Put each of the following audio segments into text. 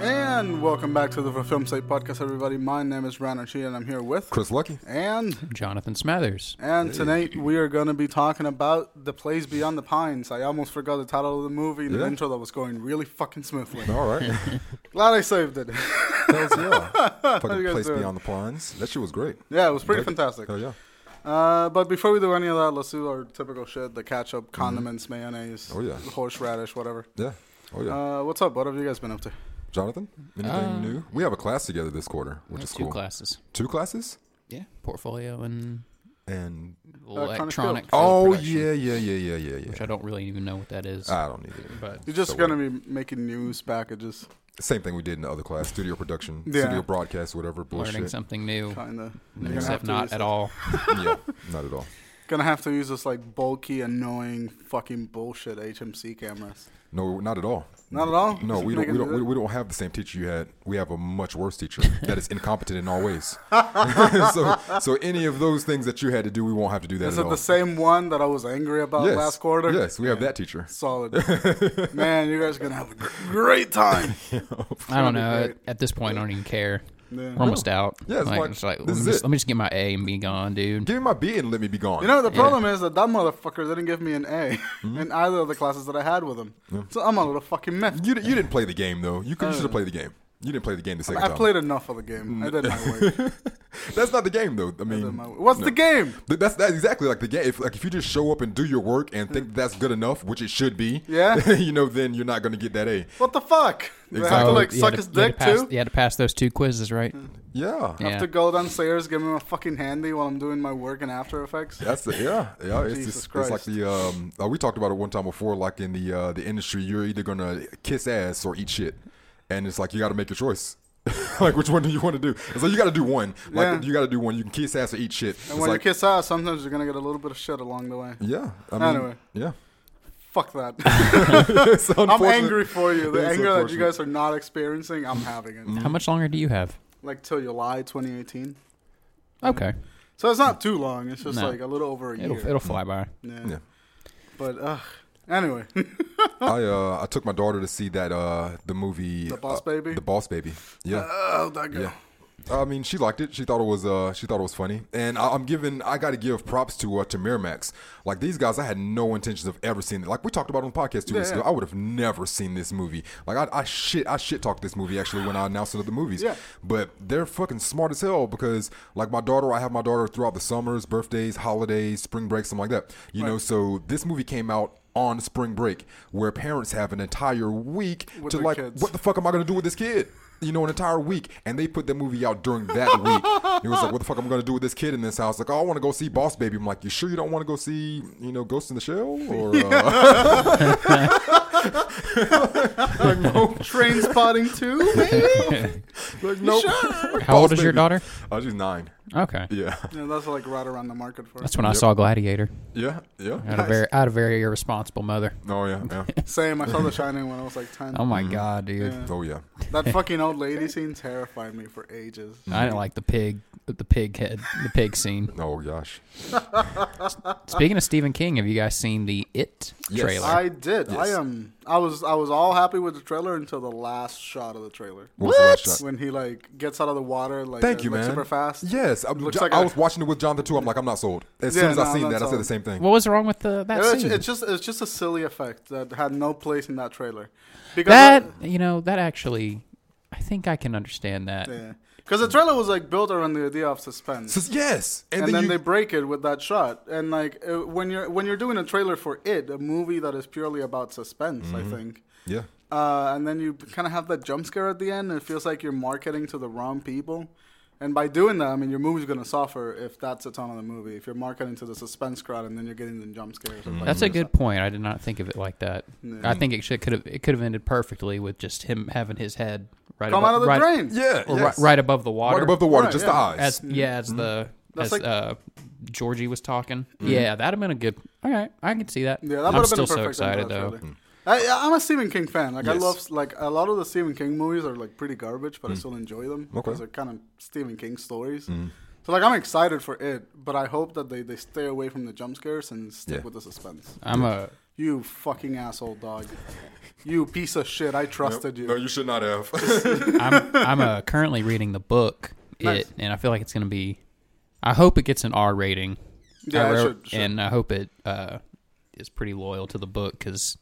And welcome back to the For Film Site podcast, everybody. My name is Ron Archie, and I'm here with Chris Lucky. and Jonathan Smathers. and tonight we are going to be talking about the plays beyond the pines. I almost forgot the title of the movie and the Yeah. intro that was going really fucking smoothly. All right. Glad I saved it. that was yeah. Fucking guys place doing? beyond the pines. That shit was great. yeah, it was pretty Dig it. fantastic. Hell yeah. Uh, but before we do any of that, let's do our typical shit: the Mm-hmm. ketchup, condiments, mayonnaise, Oh, yeah. horseradish, whatever. Yeah. Oh yeah. Uh, what's up? What have you guys been up to? Jonathan, anything uh, new? We have a class together this quarter, which is That's two cool. classes. Two classes? Yeah, portfolio and And Electronic electronic. film. film oh production, yeah, yeah, yeah, yeah, yeah, yeah. Ah, which I don't really even know what that is. I don't need it. but You're just So going to be making news packages, Same thing we did in the other class: studio production, Yeah. studio broadcast, whatever bullshit. learning something new, Mm-hmm. kind of. You're gonna except not at all. yeah, not at all. Gonna have to use this like bulky, annoying, fucking bullshit HMC cameras. No, not at all. Not at all? No, Just we don't. making We don't. it- We, we don't have the same teacher you had. We have a much worse teacher that is incompetent in all ways. so, so any of those things that you had to do, we won't have to do that Is at it all. the same one that I was angry about yes. last quarter? Yes, we have that teacher. Solid. Man, you guys are gonna have a gr- great time. I don't be know. great. At this point, I don't even care. Yeah. We're almost out. Yeah, it's like, like, it's like, this let, me is just, it. let me just get my A and be gone, dude. Give me my B and let me be gone. You know, the problem is that that motherfucker didn't give me an A Mm-hmm. in either of the classes that I had with him. So I'm a little fucking mess. you, di- you didn't play the game though. You could. You should have played the game. You didn't play the game the second Uh, I time. played enough of the game. I did my work. That's not the game though. I I did mean, my work. What's the game? Th- That's that's exactly like the game. If like if you just show up and do your work and think that's good enough, which it should be, Yeah. you know, then you're not gonna get that A. What the fuck? Do I have to Exactly. like you suck had his to- you had dick to pass- too? Mm-hmm. You had to pass those two quizzes, right? Yeah, Yeah. Have to go downstairs, give him a fucking handy while I'm doing my work in After Effects. that's the, yeah, yeah. It's, Jesus just, it's like Christ. the um, uh, we talked about it one time before. Like in the uh, the industry, you're either gonna kiss ass or eat shit, and it's like you got to make your choice. like which one do you want to do? It's like you got to do one. Like Yeah. you got to do one. You can kiss ass or eat shit. And It's when like, you kiss ass, sometimes you're gonna get a little bit of shit along the way. yeah, I mean, Anyway. yeah. Fuck that. It's I'm unfortunate. angry for you. The It's anger that you unfortunate. guys are not experiencing, I'm having it. How much longer do you have? Like till July 2018. Okay, So it's not too long. It's just No. like a little over a it'll Mm-hmm. year. it'll fly by. yeah. Yeah. But ugh. Anyway, I uh I took my daughter to see that uh the movie The Boss uh, Baby? The Boss Baby. Yeah. oh that girl. Yeah. I mean, she liked it. She thought it was uh, she thought it was funny, and I, I'm giving I got to give props to uh, to Miramax. Like these guys, I had no intentions of ever seeing it. Like we talked about on the podcast two weeks Yeah, yeah. ago, I would have never seen this movie. Like I, I shit I shit talked this movie actually when I announced it at the movies. Yeah. But they're fucking smart as hell because like my daughter, I have my daughter throughout the summers, birthdays, holidays, spring break, something like that. You know, so this movie came out. On spring break, where parents have an entire week With to their like, kids. what what the fuck am I gonna do with this kid? You know, an entire week, and they put the movie out during that week. It was like, what the fuck am I gonna do with this kid in this house? Like, oh, I want to go see Boss Baby. I'm like, you sure you don't want to go see, you know, Ghost in the Shell or uh, Like my own Oh, train spotting too, maybe? like no? How old is your daughter? Oh, she's nine. Okay, Yeah, Yeah, that's like right around the market for it. that's when I saw Gladiator. yeah, yeah. I had a very I had a very irresponsible mother. Oh yeah, yeah. Same. I saw The Shining when I was like 10. Oh my god, dude! Mm-hmm. Yeah. Oh yeah. That fucking old lady scene terrified me for ages. I Mm-hmm. didn't like the pig, the pig head, the pig scene. Oh gosh. Speaking of Stephen King, have you guys seen the It Yes. trailer? I did. I Yes. am. I was. I was all happy with the trailer until the last shot of the trailer. What? was the last shot? When he like gets out of the water, like Thank uh, you, like, man. super fast. Yes, I'm, Looks Jo- like I a- was watching it with Jonathan too. I'm like, I'm not sold. As Yeah, soon as no, I I'm seen not that, I said sold. the same thing. what was wrong with the that It's, scene? it's just. It's just a silly effect that had no place in that trailer. Because that you know that actually, I think I can understand that. Because the trailer was like built around the idea of suspense. Says, yes, and, and, then, you, they break it with that shot. And like uh, when you're when you're doing a trailer for it, a movie that is purely about suspense, Mm-hmm. I think. yeah. Uh, and then you kind of have that jump scare at the end. And it feels like you're marketing to the wrong people. And by doing that, I mean your movie's gonna suffer if that's the tone of the movie. If you're marketing to the suspense crowd and then you're getting the jump scares. of, like, Mm-hmm. That's a good point. I did not think of it like that. I think it should could have it could have ended perfectly with just him having his head right come abo- out of the right, drain. Yeah, or yes. right, right above the water. Right above the water, Right, just yeah. the eyes. as yeah as the That's as like- uh, Georgie was talking. Mm-hmm. Yeah, that'd have been a good. All right, I can see that. Yeah, that I'm would have been still perfect so in excited that though. trailer. Mm-hmm. I, I'm a Stephen King fan. Like I Yes. love like a lot of the Stephen King movies are like pretty garbage, Mm. but I still enjoy them because they're kind of Stephen King stories. Mm-hmm. So like I'm excited for it, but I hope that they, they stay away from the jump scares and stick Yeah. with the suspense. I'm a You fucking asshole dog. You piece of shit. I trusted No, you. you should not have. I'm I'm uh, currently reading the book Nice. it, and I feel like it's gonna be. I hope it gets an R rating. Yeah, I it wrote- should- should. and I hope it uh, is pretty loyal to the book because.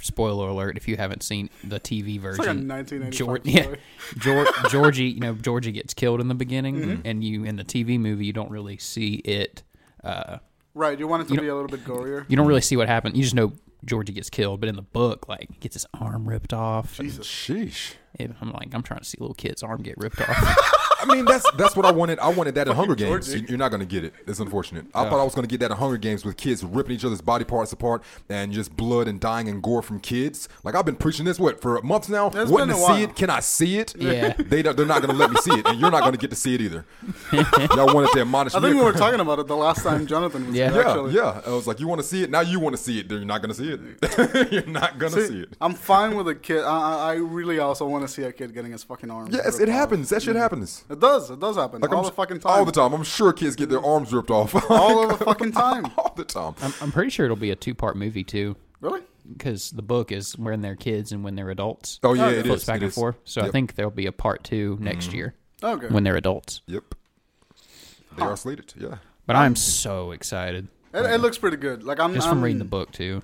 Spoiler alert! If you haven't seen the TV It's like a version, 1985 Geor- story. yeah, Geor- Georgie, you know, Georgie gets killed in the beginning, Mm-hmm. and you in the TV movie, you don't really see it. Uh, Right, you want it to You be know- a little bit gorier. you don't really see what happened. You just know Georgie gets killed, but in the book, like, he gets his arm ripped off. and Sheesh. it- I'm like, I'm trying to see a little kid's arm get ripped off. I mean, that's that's what I wanted. I wanted that in Hunger Games. Georgie. You- You're not gonna get it. It's unfortunate. I thought I was gonna get that in Hunger Games with kids ripping each other's body parts apart and just blood and dying and gore from kids. Like I've been preaching this what for months now. It's Wanting been to a see while. it? Can I see it? Yeah. They don't, they're not gonna let me see it, and you're not gonna get to see it either. Y'all wanted to admonish I me. think we were talking about it the last time Jonathan was Yeah. here, Yeah, actually. yeah. I was like, you want to see it? Now you want to see it. Then you're not gonna see it. you're not gonna see, See, it. I'm fine with a kid. I, I- I really also want to see a kid getting his fucking arm. Yes, ripped it off. happens. That shit happens. It does. It does happen. Like, all I'm the s- fucking time. All the time. I'm sure kids get their arms ripped off. All of the fucking time. all the time. I'm, I'm pretty sure it'll be a two part movie, too, Really? because the book is when they're kids and when they're adults. Oh yeah, it it flips is. back It and is. forth. So I Yep. think there'll be a part two next year Okay. when they're adults. Yep. They are slated. Yeah. But I'm so excited. It, it looks pretty good. Like I'm Just I'm, from reading the book, too.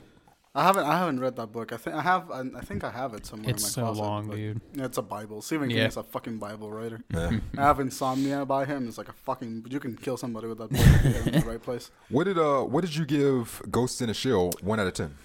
I haven't I haven't read that book. I think I have I, I think I have it somewhere. It's in my so closet, long, but- dude. Yeah, It's a Bible. Stephen Yeah. Hmm. King is a fucking Bible writer. Yeah. I have insomnia by him. It's like a fucking. But you can kill somebody with that book if you get it in the right place. What did uh What did you give Ghosts in a Shell one out of ten?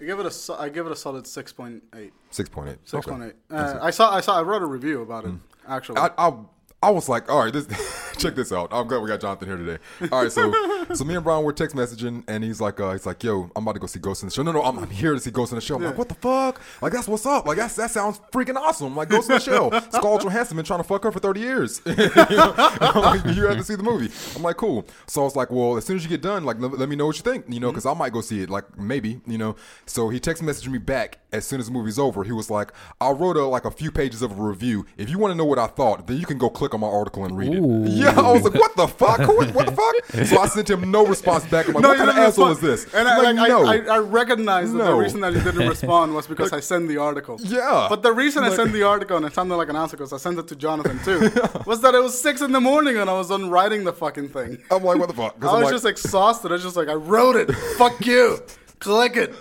I give it a so- I give it a solid six point eight. Six point eight. Six point eight. Uh, I saw I saw I wrote a review about it actually. I, I I was like, all right, this check this out. I'm glad we got Jonathan here today. All right, so so me and Brian were text messaging, and he's like, uh, he's like, yo, I'm about to go see Ghost in the Shell. No, no, I'm, I'm here to see Ghost in the Shell. I'm like, what the fuck? Like that's what's up. Like that's that sounds freaking awesome. Like Ghost in the Shell. Scarlett Johansson been trying to fuck her for 30 years. you know? I'm like, you have to see the movie. I'm like, cool. So I was like, well, as soon as you get done, like let, let me know what you think, you Mm-hmm. know, because I might go see it. Like maybe, you know. So he text messaged me back as soon as the movie's over. He was like, I wrote a, like a few pages of a review. If you want to know what I thought, then you can go click on my article and read Ooh. it. Yeah, I was like, what the fuck? Who- What, the fuck? So I sent him no response back. I'm like, No, what you kind of didn't asshole is respond. this? And I, Like, like, no. I, I, I recognize that the No. reason that you didn't respond was because I sent the article. Yeah. But the reason I sent the article, and it sounded like an asshole because I sent it to Jonathan too, was that it was six in the morning and I was done writing the fucking thing. I'm like, what the fuck? 'Cause I I'm was like- just exhausted. I was just like, I wrote it. Fuck you. Click it.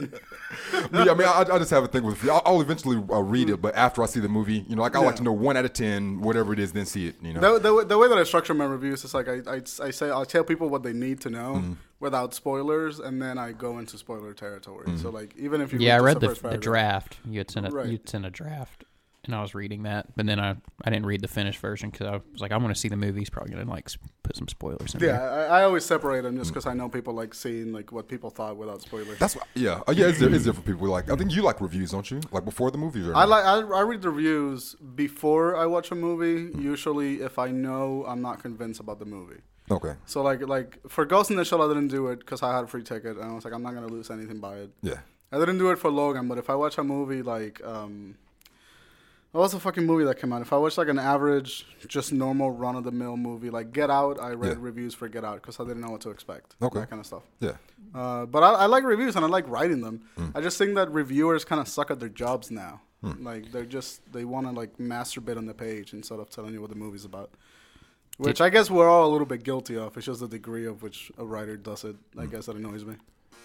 yeah, I mean, I, I just have a thing with. I'll, I'll eventually uh, read it, but after I see the movie, you know, like I like to know one out of ten, whatever it is, then see it. You know, The, the, way- the way that I structure my reviews is like I, I, I say I tell people what they need to know Mm-hmm. without spoilers, and then I go into spoiler territory. Mm-hmm. So like even if you Yeah, I just read the, first the paragraph- draft. You had sent a Right. you had sent a draft, and I was reading that, but then I I didn't read the finished version because I was like, I want to see the movie. He's probably gonna like s- put some spoilers in Yeah, there. I, I always separate them just because I know people like seeing like what people thought without spoilers. that's what, yeah, uh, yeah. It's, di- it's different people. Like, I think you like reviews, don't you? Like before the movies, or I like I, I read the reviews before I watch a movie. Mm-hmm. Usually, if I know I'm not convinced about the movie, Okay, so like like for Ghost in the Shell, I didn't do it because I had a free ticket and I was like, I'm not gonna lose anything by it. yeah. I didn't do it for Logan, but if I watch a movie like um, what was the fucking movie that came out? If I watch like an average, just normal run of the mill movie like Get Out, I read Yeah. reviews for Get Out because I didn't know what to expect. Okay. that kind of stuff. Yeah, Uh, but I, I like reviews and I like writing them. I just think that reviewers kind of suck at their jobs now. Like they're just they want to like masturbate on the page instead of telling you what the movie's about. Which I guess we're all a little bit guilty of. It's just the degree of which a writer does it. I guess that annoys me.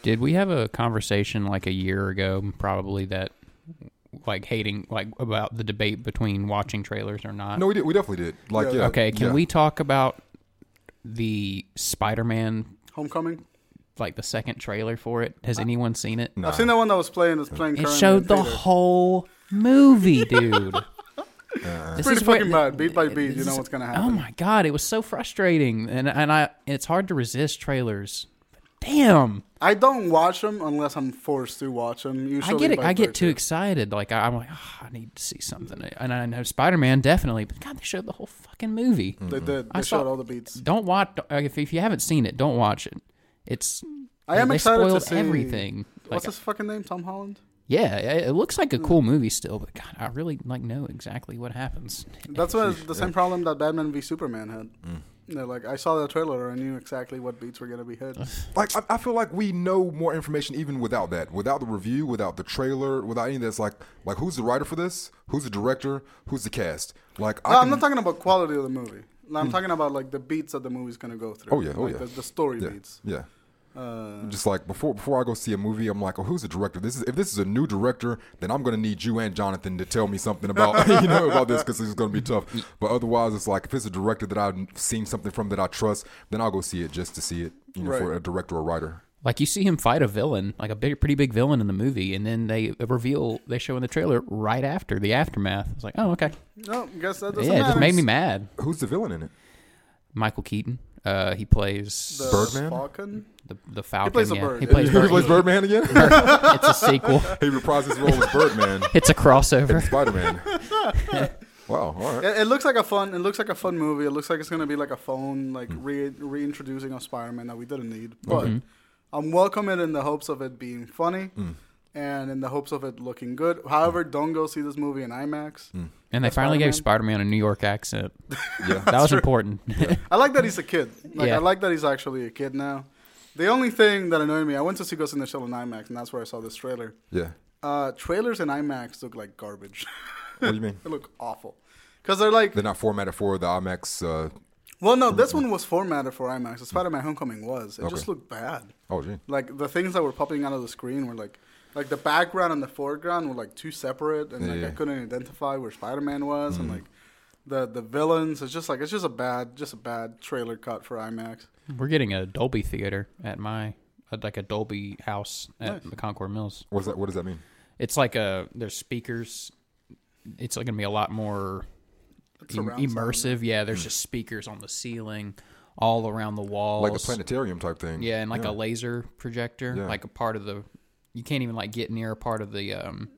Did we have a conversation like a year ago, probably that like hating like about the debate between watching trailers or not? no, we did. We definitely did. Like, Yeah. yeah. Okay, can Uh, yeah. we talk about the Spider-Man Homecoming. like the second trailer for it? Has anyone seen it? Nah. I've seen the one that was playing. That's playing. It currently showed in the theaters. whole movie, dude. This Pretty is where- fucking bad. Beat by beat, you this know is- what's gonna Oh happen. my god, it was so frustrating, and and I it's hard to resist trailers. Damn, I don't watch them unless I'm forced to watch them. Usually, I get it. by I get too virtue. excited. Like I, am like, "Ah, I need to see something, and I know Spider Man definitely. But God, they showed the whole fucking movie. They did. I They showed saw- all the beats. Don't watch like, if if you haven't seen it. Don't watch it. It's I am they excited to spoiled see- everything. Like, What's Hmm. his fucking name? Tom Holland. yeah, it it looks like a cool movie still, but God, I really like know exactly what happens. Mm. That's what the same problem that Batman v Superman had. They're like, I saw the trailer and I knew exactly what beats were gonna be hit. Like I, I feel like we know more information even without that, without the review, without the trailer, without any of this. Like like who's the writer for this? Who's the director? Who's the cast? Like I No, can- Mm. I'm not talking about quality of the movie. No, I'm talking about like the beats that the movie's gonna go through. Oh, yeah, oh, Like, yeah. The, the story yeah, beats. yeah. Uh, Just like before before I go see a movie, I'm like, oh, who's the director? This is if this is a new director, then I'm gonna need you and Jonathan to tell me something about you know about this because it's gonna be tough. But otherwise, it's like if it's a director that I've seen something from that I trust, then I'll go see it just to see it, you know, for Right. a director or writer. Like you see him fight a villain, like a big, pretty big villain in the movie, and then they reveal they show in the trailer right after the aftermath. It's like, oh okay, no, guess that doesn't yeah, it matter. just made me mad. Who's the villain in it? Michael Keaton, uh, he plays The Birdman? Falcon. the, the Falcon. plays a yeah. bird. He plays, Who Bird- plays Birdman again? It's a sequel. he reprised his role as Birdman. It's a crossover. Spider Man. wow. All right. It, it looks like a fun. It looks like a fun movie. It looks like it's gonna be like a phone, Mm. like re- reintroducing of Spider-Man that we didn't need. But I'm welcome it in the hopes of it being funny, Mm. and in the hopes of it looking good. However, don't go see this movie in IMAX. Mm. And they finally gave Spider-Man a New York accent. that was important. I like that he's a kid. Like Yeah. I like that he's actually a kid now. The only thing that annoyed me, I went to see Ghost in the Shell in IMAX, and that's where I saw this trailer. Yeah. Uh, trailers in IMAX look like garbage. What do you mean? they look awful because they're like They're not formatted for the IMAX. Uh, Well, no, this one was formatted for IMAX. The Spider-Man: Homecoming was. It just Okay. looked bad. oh, gee. Like the things that were popping out of the screen were like, like the background and the foreground were like too separate, and like Yeah. Mm. I couldn't identify where Spider-Man was, and like the the villains. It's just like it's just a bad, just a bad trailer cut for IMAX. We're getting a Dolby theater at my at like a Dolby house at Nice. the Concord Mills. What does that? What does that mean? It's like a there's speakers. It's going to be a lot more It's im- surround sound. immersive. Yeah, there's just speakers on the ceiling, all around the walls, Like the planetarium type thing. Yeah, and like a laser projector, Yeah. like a part of the. You can't even like get near a part of the um,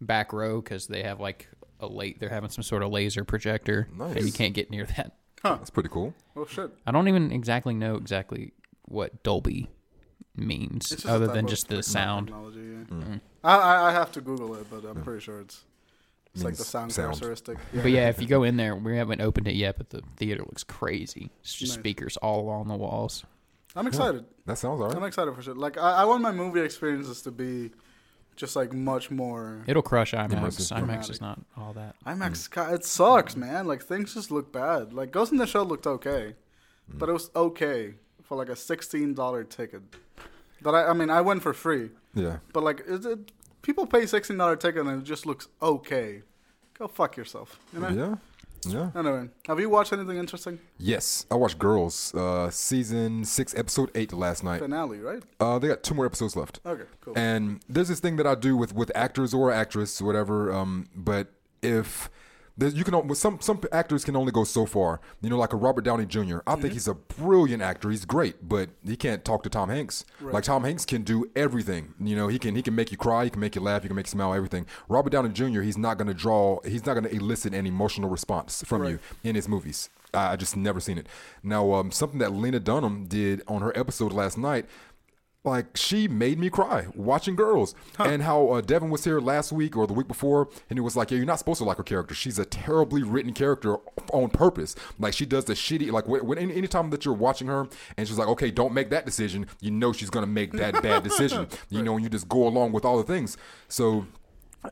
back row because they have like a late. They're having some sort of laser projector, and you Nice. can't get near that. That's pretty cool. Oh shit! I don't even exactly know exactly what Dolby means, It's just a other type than of just the techno- sound. Mm-hmm. Technology, Mm. yeah. I, I I have to Google it, but I'm pretty sure it's. It's like Means the sound, sound. characteristic. But yeah, if you go in there, we haven't opened it yet, but the theater looks crazy. It's just Nice. speakers all along the walls. I'm excited. That sounds all I'm right. excited for sure. Like I, I want my movie experiences to be just like much more It'll crush IMAX. Immersive. IMAX is not all that. Mm. IMAX. ca- It sucks, man. Like things just look bad. Like Ghost in the Shell looked okay, Mm. but it was okay for like a sixteen dollar ticket. That I, I mean, I went for free, Yeah. but like it, it, people pay sixteen dollar ticket and it just looks okay. Go fuck yourself. You know. Yeah. Yeah. Anyway, have you watched anything interesting? Yes, I watched Girls, uh, season six, episode eight last night. Finale, right? Uh, they got two more episodes left. Okay, cool. And there's this thing that I do with with actors or actress, whatever. Um, but if there's, you can, al- some some actors can only go so far. You know, like a Robert Downey Jr. I think he's a brilliant actor. He's great, but he can't talk to Tom Hanks. Like Tom Hanks can do everything. You know, he can he can make you cry, he can make you laugh, he can make you smile, everything. Robert Downey Jr. He's not going to draw. He's not going to elicit an emotional response from you in his movies. I I just never seen it. Now, um, something that Lena Dunham did on her episode last night like she made me cry watching girls and how uh, devin was here last week or the week before and it was like yeah you're not supposed to like her character she's a terribly written character on purpose like she does the shitty like when, when any anytime that you're watching her and she's like okay don't make that decision you know she's gonna make that bad decision you know and you just go along with all the things so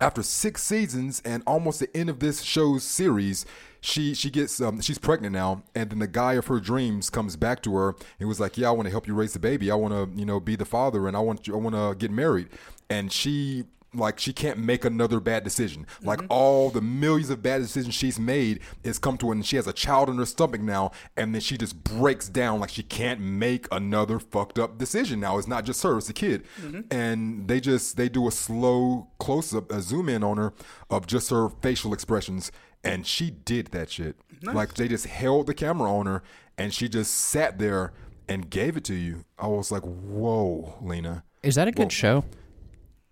after six seasons and almost the end of this show's series, she she gets um, she's pregnant now, and then the guy of her dreams comes back to her and was like, "Yeah, I want to help you raise the baby. I want to you know be the father, and I want you, I want to get married." And she like she can't make another bad decision. Like all the millions of bad decisions she's made has come to her, and she has a child in her stomach now, and then she just breaks down like she can't make another fucked up decision now. It's not just her; it's the kid, and they just they do a slow close up, a zoom in on her of just her facial expressions, and she did that shit. Like they just held the camera on her, and she just sat there and gave it to you. I was like, "Whoa, Lena." Is that a good show?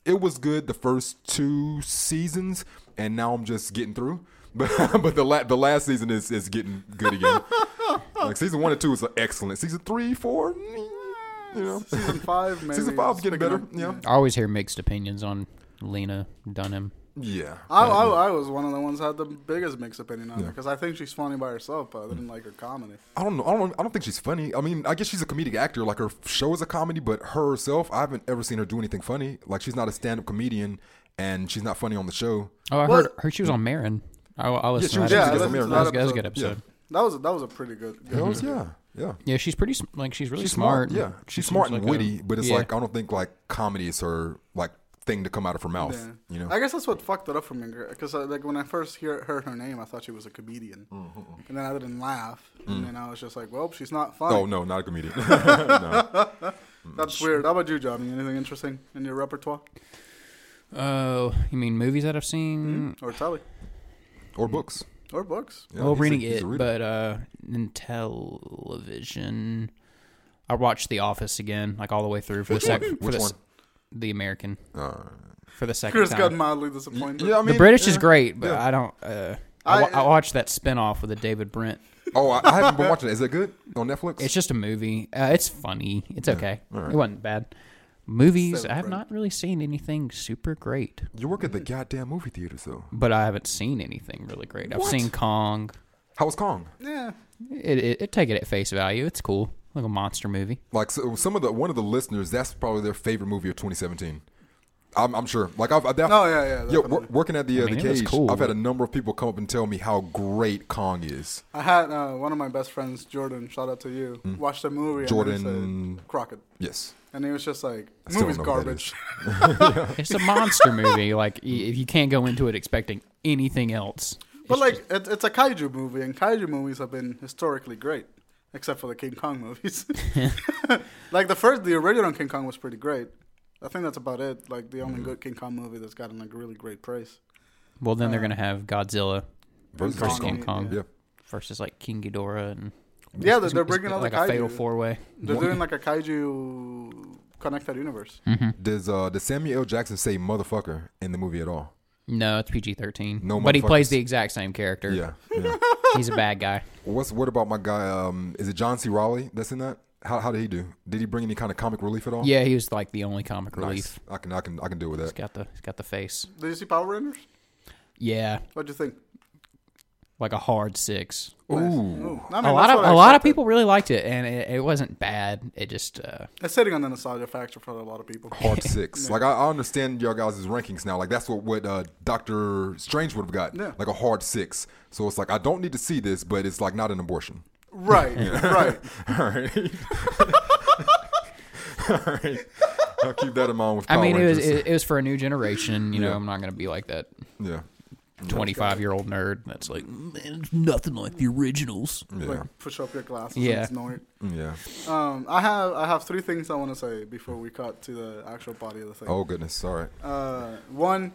it was good the first two seasons, and now I'm just getting through. But but the la- the last season is is getting good again. like season one and two is excellent. Season three, four, mm, you know, season five, maybe. season five is getting picking better. up. Yeah. I always hear mixed opinions on Lena Dunham. Yeah. I, yeah, I, yeah. I was one of the ones that had the biggest mixed opinion on her because I think she's funny by herself, but I Mm. didn't like her comedy. I don't know. I don't. I don't think she's funny. I mean, I guess she's a comedic actor. Like her show is a comedy, but her herself, I haven't ever seen her do anything funny. Like she's not a stand-up comedian, and she's not funny on the show. Oh, I Well- heard, heard she was on Marin. I, I listened she was- to yeah, that. I episode. listened to that, was, that that was a good episode. episode. That was that was a pretty good. good Hells movie. yeah, yeah. Yeah, she's pretty sm- like she's really She's smart. Yeah, and she she's smart seems and like a- witty, but it's yeah. like I don't think like comedy is her like thing to come out of her mouth. Yeah. You know. I guess that's what fucked it up for me because like when I first hear, heard her name, I thought she was a comedian, Mm, and then I didn't laugh, and then I was just like, "Well, she's not funny." oh no, not a comedian. no. that's weird. How about you, Johnny? Anything interesting in your repertoire Oh, you mean movies that I've seen? or Telly Or books. or books? Yeah, well, he's a- reading he's it, a reader. but uh, in television, I watched The Office again, like all the way through for the second. for Which the, one? s- The American Uh, for the second Chris time. got mildly disappointed. yeah, I mean, the British is yeah. great, but yeah. I don't. Uh, I- I, wa- I watched that spinoff with a David Brent. Oh, I, I haven't been watching it. Is it good on Netflix? It's just a movie. Uh, it's funny. It's okay. all right. It wasn't bad. Movies, David I have Brent. not really seen anything super great, you work at the goddamn movie theater, so but I haven't seen anything really great. I've What? seen Kong. how was Kong? yeah. It, it, it take it at face value. It's cool, like a monster movie. Like so some of the one of the listeners, that's probably their favorite movie of 2017. I'm, I'm sure. Like I've, I've def- Oh yeah, yeah. yo, definitely. wor- working at the uh, I mean, the it was cage, cool, I've had a but- number of people come up and tell me how great Kong is. I had uh, one of my best friends, Jordan. Shout out to you. Watched a movie. and he Hmm. Jordan- said, Crockett, Yes. and he was just like, I still "Movie's don't know what that garbage." It's a monster movie. Like y- if you can't go into it expecting anything else, But It's like, it, it's a kaiju movie, and kaiju movies have been historically great, except for the King Kong movies. like the first, the original King Kong was pretty great. I think that's about it. Like the Hmm. only good King Kong movie that's gotten like really great praise. just- well, uh, then they're gonna have Godzilla Versus versus Kong. King Kong Yeah. versus like King Ghidorah and Yeah, they're, they're bringing out like the a fatal kaiju. four way. They're doing like a kaiju connected universe. Does uh does Samuel L. Jackson say motherfucker in the movie at all? No, it's PG thirteen. No but he plays motherfuckers. the exact same character. Yeah. yeah. he's a bad guy. What's what about my guy? Um, is it John C. Riley that's in that? How how did he do? Did he bring any kind of comic relief at all? Yeah, he was like the only comic Nice. relief. I can I can I can deal with He's that. got the he's got the face. Did you see Power Rangers? Yeah, What'd you think? like a hard six. Ooh. I mean, a that's what lot of I a lot of expected. people really liked it, and it, it wasn't bad. It just uh, It's sitting on the nostalgia factor for a lot of people. Hard six. Like I, I understand y'all guys' rankings now. Like that's what what uh, Doctor Strange would have got. Yeah. Like a hard six. So it's like I don't need to see this, but it's like not an abortion. Right, right. All right. All right. I'll keep that in mind with I Power mean, it was Rangers. it, it was for a new generation. You know, Yeah. I'm not gonna be like that yeah. 25 year old nerd that's like "Man, it's nothing like the originals. Yeah. Like push up your glasses Yeah. and snort. yeah. Um, I have I have three things I want to say before we cut to the actual body of the thing. Oh goodness. All right. Uh, one,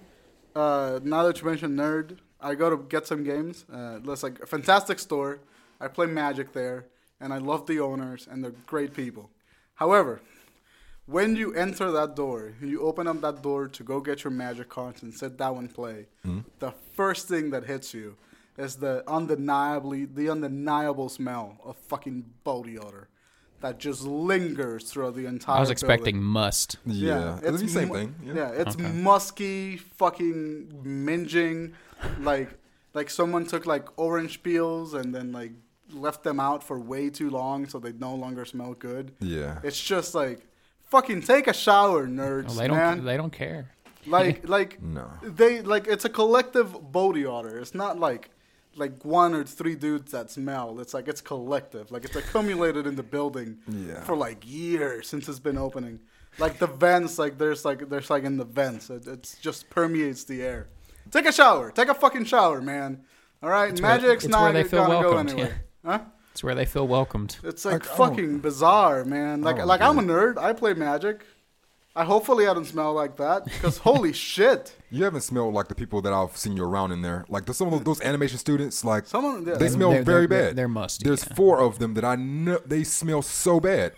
uh, now that you mentioned nerd, I go to get some games. Uh, it's like a fantastic store. I play Magic there, and I love the owners, and they're great people. However, when you enter that door, you open up that door to go get your Magic cards and sit down and play. The first thing that hits you is the undeniably the undeniable smell of fucking body odor that just lingers throughout the entire. I was building. expecting must. Yeah. It's the same mu- thing. Yeah, it's musky, fucking minging, like like someone took like orange peels and then like left them out for way too long, so they no longer smell good. Yeah. It's just like fucking take a shower, nerds, Well, they don't man. they don't care. like like No. they like it's a collective body odor. It's not like. Like one or three dudes that smell. It's like it's collective. Like it's accumulated in the building Yeah. for like years since it's been opening. Like the vents, like there's like there's like in the vents, it it's just permeates the air. Take a shower, take a fucking shower, man. All right, where- magic's it's not where they feel gonna go welcomed, anywhere. Huh? It's where they feel welcomed. It's like, Like, I don't- fucking bizarre, man. Like Oh, don't like I'm a get nerd. I play magic. I hopefully I don't smell like that because holy shit. You haven't smelled like the people that I've seen you around in there. Like the, some of those, those animation students, like Some of them- yeah. they smell They're- very they're- they're- bad. they're musty, There's yeah. four of them that I know they smell so bad,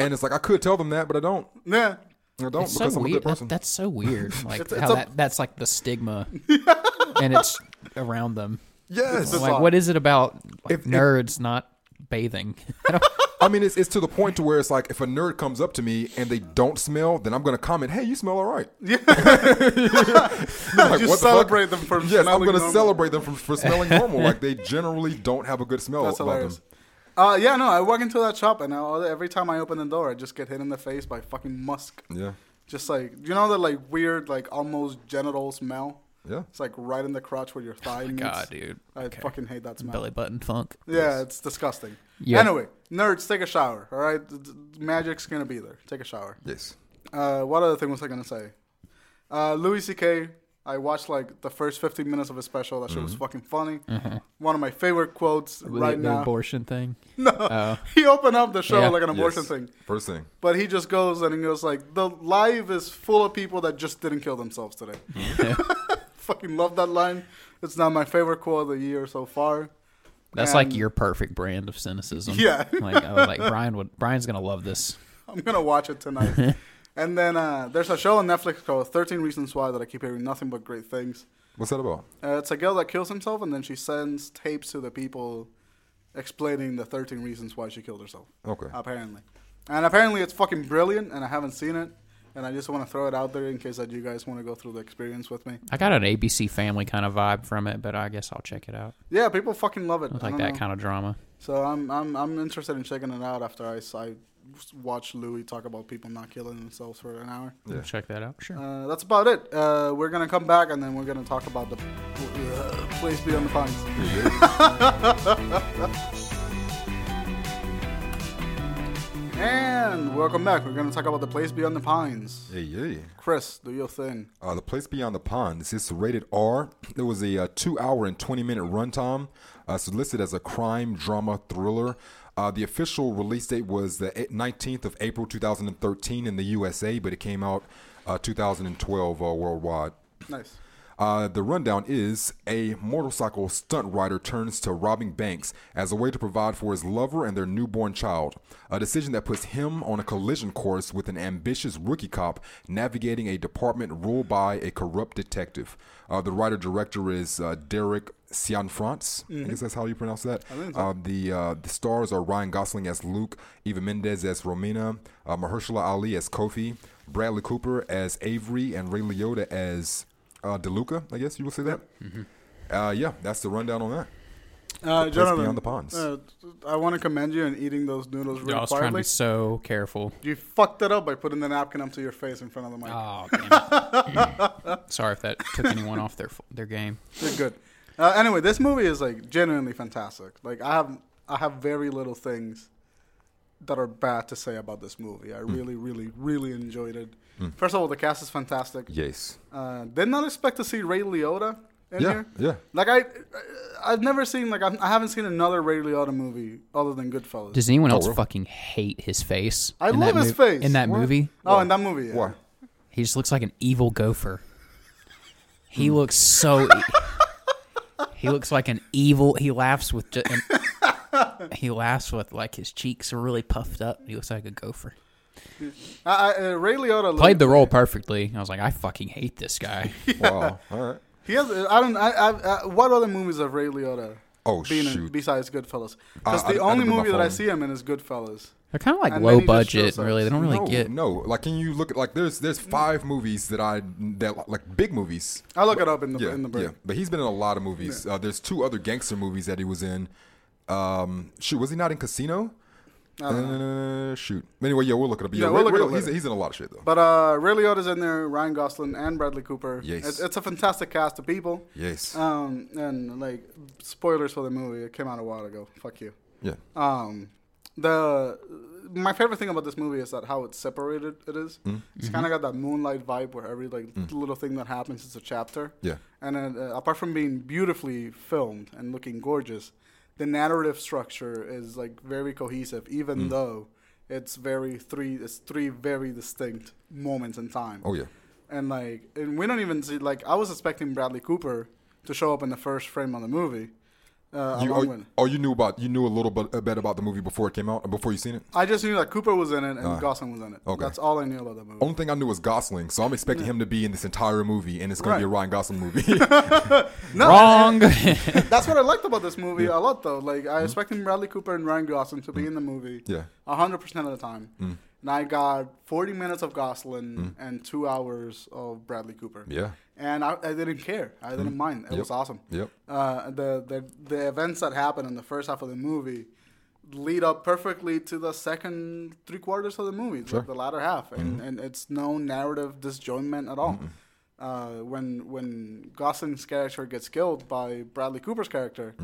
and it's like I could tell them that, but I don't. Yeah. I don't It's so because I'm a weird. good That- person. that's so weird. Like It's- it's how a- that, that's like the stigma, and it's around them. yes, It's a- Like, what is it about like, If- if- nerds not bathing? I don't, I mean, it's, it's to the point to where it's like if a nerd comes up to me and they don't smell, then I'm gonna comment, "Hey, you smell all right." Yeah. Just celebrate them for Yes, I'm smelling gonna normal. celebrate them for, for smelling normal. Like they generally don't have a good smell That's about hilarious. them. Uh, yeah, no, I walk into that shop and I, every time I open the door, I just get hit in the face by fucking musk. Yeah, Just like you know the like weird, like almost genital smell. yeah. It's like right in the crotch where your thigh meets. Oh God, dude. I fucking hate that smell. Belly button funk. Yeah, it's disgusting. Yeah. Anyway, nerds, take a shower. All right, D- d- magic's gonna be there. Take a shower. Yes. Uh, what other thing was I gonna say? Uh, Louis C.K. I watched like the first 15 minutes of his special. That shit Mm-hmm. was fucking funny. One of my favorite quotes right now. abortion thing. no, he opened up the show Yeah. like an abortion Yes. thing, First thing. but he just goes and he goes like, "The life is full of people that just didn't kill themselves today." fucking love that line. It's now my favorite quote of the year so far. That's And- like your perfect brand of cynicism. Yeah. like I was like Brian would. Brian's gonna love this. I'm gonna watch it tonight. and then uh, there's a show on Netflix called 13 Reasons Why that I keep hearing nothing but great things. What's that about? Uh, it's a girl that kills himself, and then she sends tapes to the people explaining the 13 reasons why she killed herself. Okay. Apparently, and apparently it's fucking brilliant, and I haven't seen it, and I just want to throw it out there in case that you guys want to go through the experience with me. I got an ABC Family kind of vibe from it, but I guess I'll check it out. Yeah, people fucking love it. It's like that kind of drama. So I'm I'm I'm interested in checking it out after I, s- I watch Louis talk about people not killing themselves for an hour. Yeah. Check that out. Sure. Uh, that's about it. Uh, we're gonna come back and then we're gonna talk about the uh, place beyond the pines. and welcome back. We're gonna talk about the place beyond the pines. Hey, yeah. Chris, do your thing. Uh, the Place Beyond the Pond. This is rated R. It was a uh, two hour and 20 minute runtime. Uh, it's listed as a crime drama thriller. Uh, the official release date was the eight- 19th of April 2013 in the USA, but it came out uh, 2012 uh, worldwide. Nice. Uh, the rundown is a motorcycle stunt rider turns to robbing banks as a way to provide for his lover and their newborn child. A decision that puts him on a collision course with an ambitious rookie cop navigating a department ruled by a corrupt detective. Uh, the writer director is uh, Derek Cianfrance. I guess that's how you pronounce that. Uh, the, uh, the stars are Ryan Gosling as Luke, Eva Mendes as Romina, uh, Mahershala Ali as Kofi, Bradley Cooper as Avery, and Ray Liotta as uh, DeLuca, I guess you will say that. Uh, yeah, that's the rundown on that. Uh, place Jonathan, beyond the ponds. Uh, I want to commend you on eating those noodles I really was trying to quietly. be so careful. You fucked that up by putting the napkin up to your face in front of the mic. Oh, damn it. sorry if that took anyone off their their game. They're good. Uh, anyway, this movie is like genuinely fantastic. Like I have I have very little things that are bad to say about this movie. Hmm. I really, really, really enjoyed it. First of all, the cast is fantastic. Yes. Uh, did not expect to see Ray Liotta in yeah, here. yeah. Like I, I've never seen like I'm, I haven't seen another Ray Liotta movie other than Goodfellas. Does anyone else well. fucking hate his face? I in love that his mov- face. in that movie. oh, in that movie, yeah. Why? He just looks like an evil gopher. He looks so. e- he looks like an evil. He laughs with. Ju- and- he laughs with like his cheeks are really puffed up. He looks like a gopher. I, I, uh, Ray Liotta looked- Played the role perfectly. I was like, I fucking hate this guy. Wow. All right. He has. uh, I don't. I, I, I, what other movies of Ray Liotta? Oh, being in- shoot. Uh, besides Goodfellas, because I- I- the I only didn't bring my movie that I phone. see him in is Goodfellas. They're kind of like And then low he just budget. shows Really, they don't really no, get. no. Like, can you look at like there's there's five movies that I that like big movies. I look it up in the Yeah, in the break. yeah. But he's been in a lot of movies. Uh, there's two other gangster movies that he was in. Um, shoot, was he not in Casino? Uh, shoot. Anyway, yeah, we'll look it up. Yeah, Yeah, we'll Ray- look it Ray- up he's, later. he's in a lot of shit though. But uh, Ray Liotta's in there, Ryan Gosling and Bradley Cooper. Yes. it's, it's a fantastic cast of people. yes. Um, and like spoilers for the movie, it came out a while ago. Fuck you. yeah. Um, the my favorite thing about this movie is that how it's separated. It is. Mm-hmm. It's kind of got that moonlight vibe where every like Mm. little thing that happens is a chapter. Yeah. And uh, uh, apart from being beautifully filmed and looking gorgeous, the narrative structure is like very cohesive, even Mm. though it's very three. It's three very distinct moments in time. Oh yeah. And like, and we don't even see like I was expecting Bradley Cooper to show up in the first frame of the movie, Uh, You, along oh, with- oh, you knew about you knew a little bit, a bit about the movie before it came out, before you seen it. I just knew that Cooper was in it and Gosling was in it. That's all I knew about the movie. Only thing I knew was Gosling, so I'm expecting him to be in this entire movie, and it's going to be a Right. Ryan Gosling movie. No, Wrong. That's what I liked about this movie a lot, though. Like I expected Bradley Cooper and Ryan Gosling to be in the movie. Mm-hmm. Mm. Yeah. Mm. hundred percent of the time. And I got forty minutes of Gosling and two hours of Bradley Cooper. Yeah. Mm. And I, I didn't care. I didn't mind. It was awesome. Yep. Uh, the, the the events that happen in the first half of the movie lead up perfectly to the second three quarters of the movie, the- the, latter half, and, and it's no narrative disjointment at all. Uh, when when Gosling's character gets killed by Bradley Cooper's character,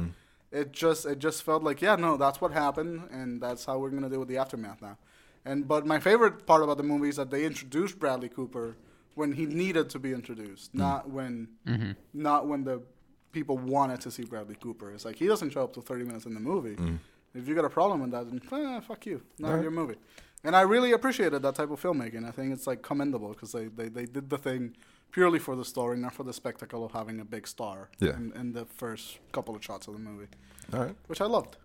it just it just felt like yeah no that's what happened and that's how we're gonna deal with the aftermath now. And but my favorite part about the movie is that they introduced Bradley Cooper when he needed to be introduced, not when not when the people wanted to see Bradley Cooper. It's like he doesn't show up till 30 minutes in the movie. Mm. If you got a problem with that, then eh, fuck you, not your movie. And I really appreciated that type of filmmaking. I think it's like commendable because they, they, they did the thing purely for the story, not for the spectacle of having a big star Yeah. in, in the first couple of shots of the movie, All right. which I loved.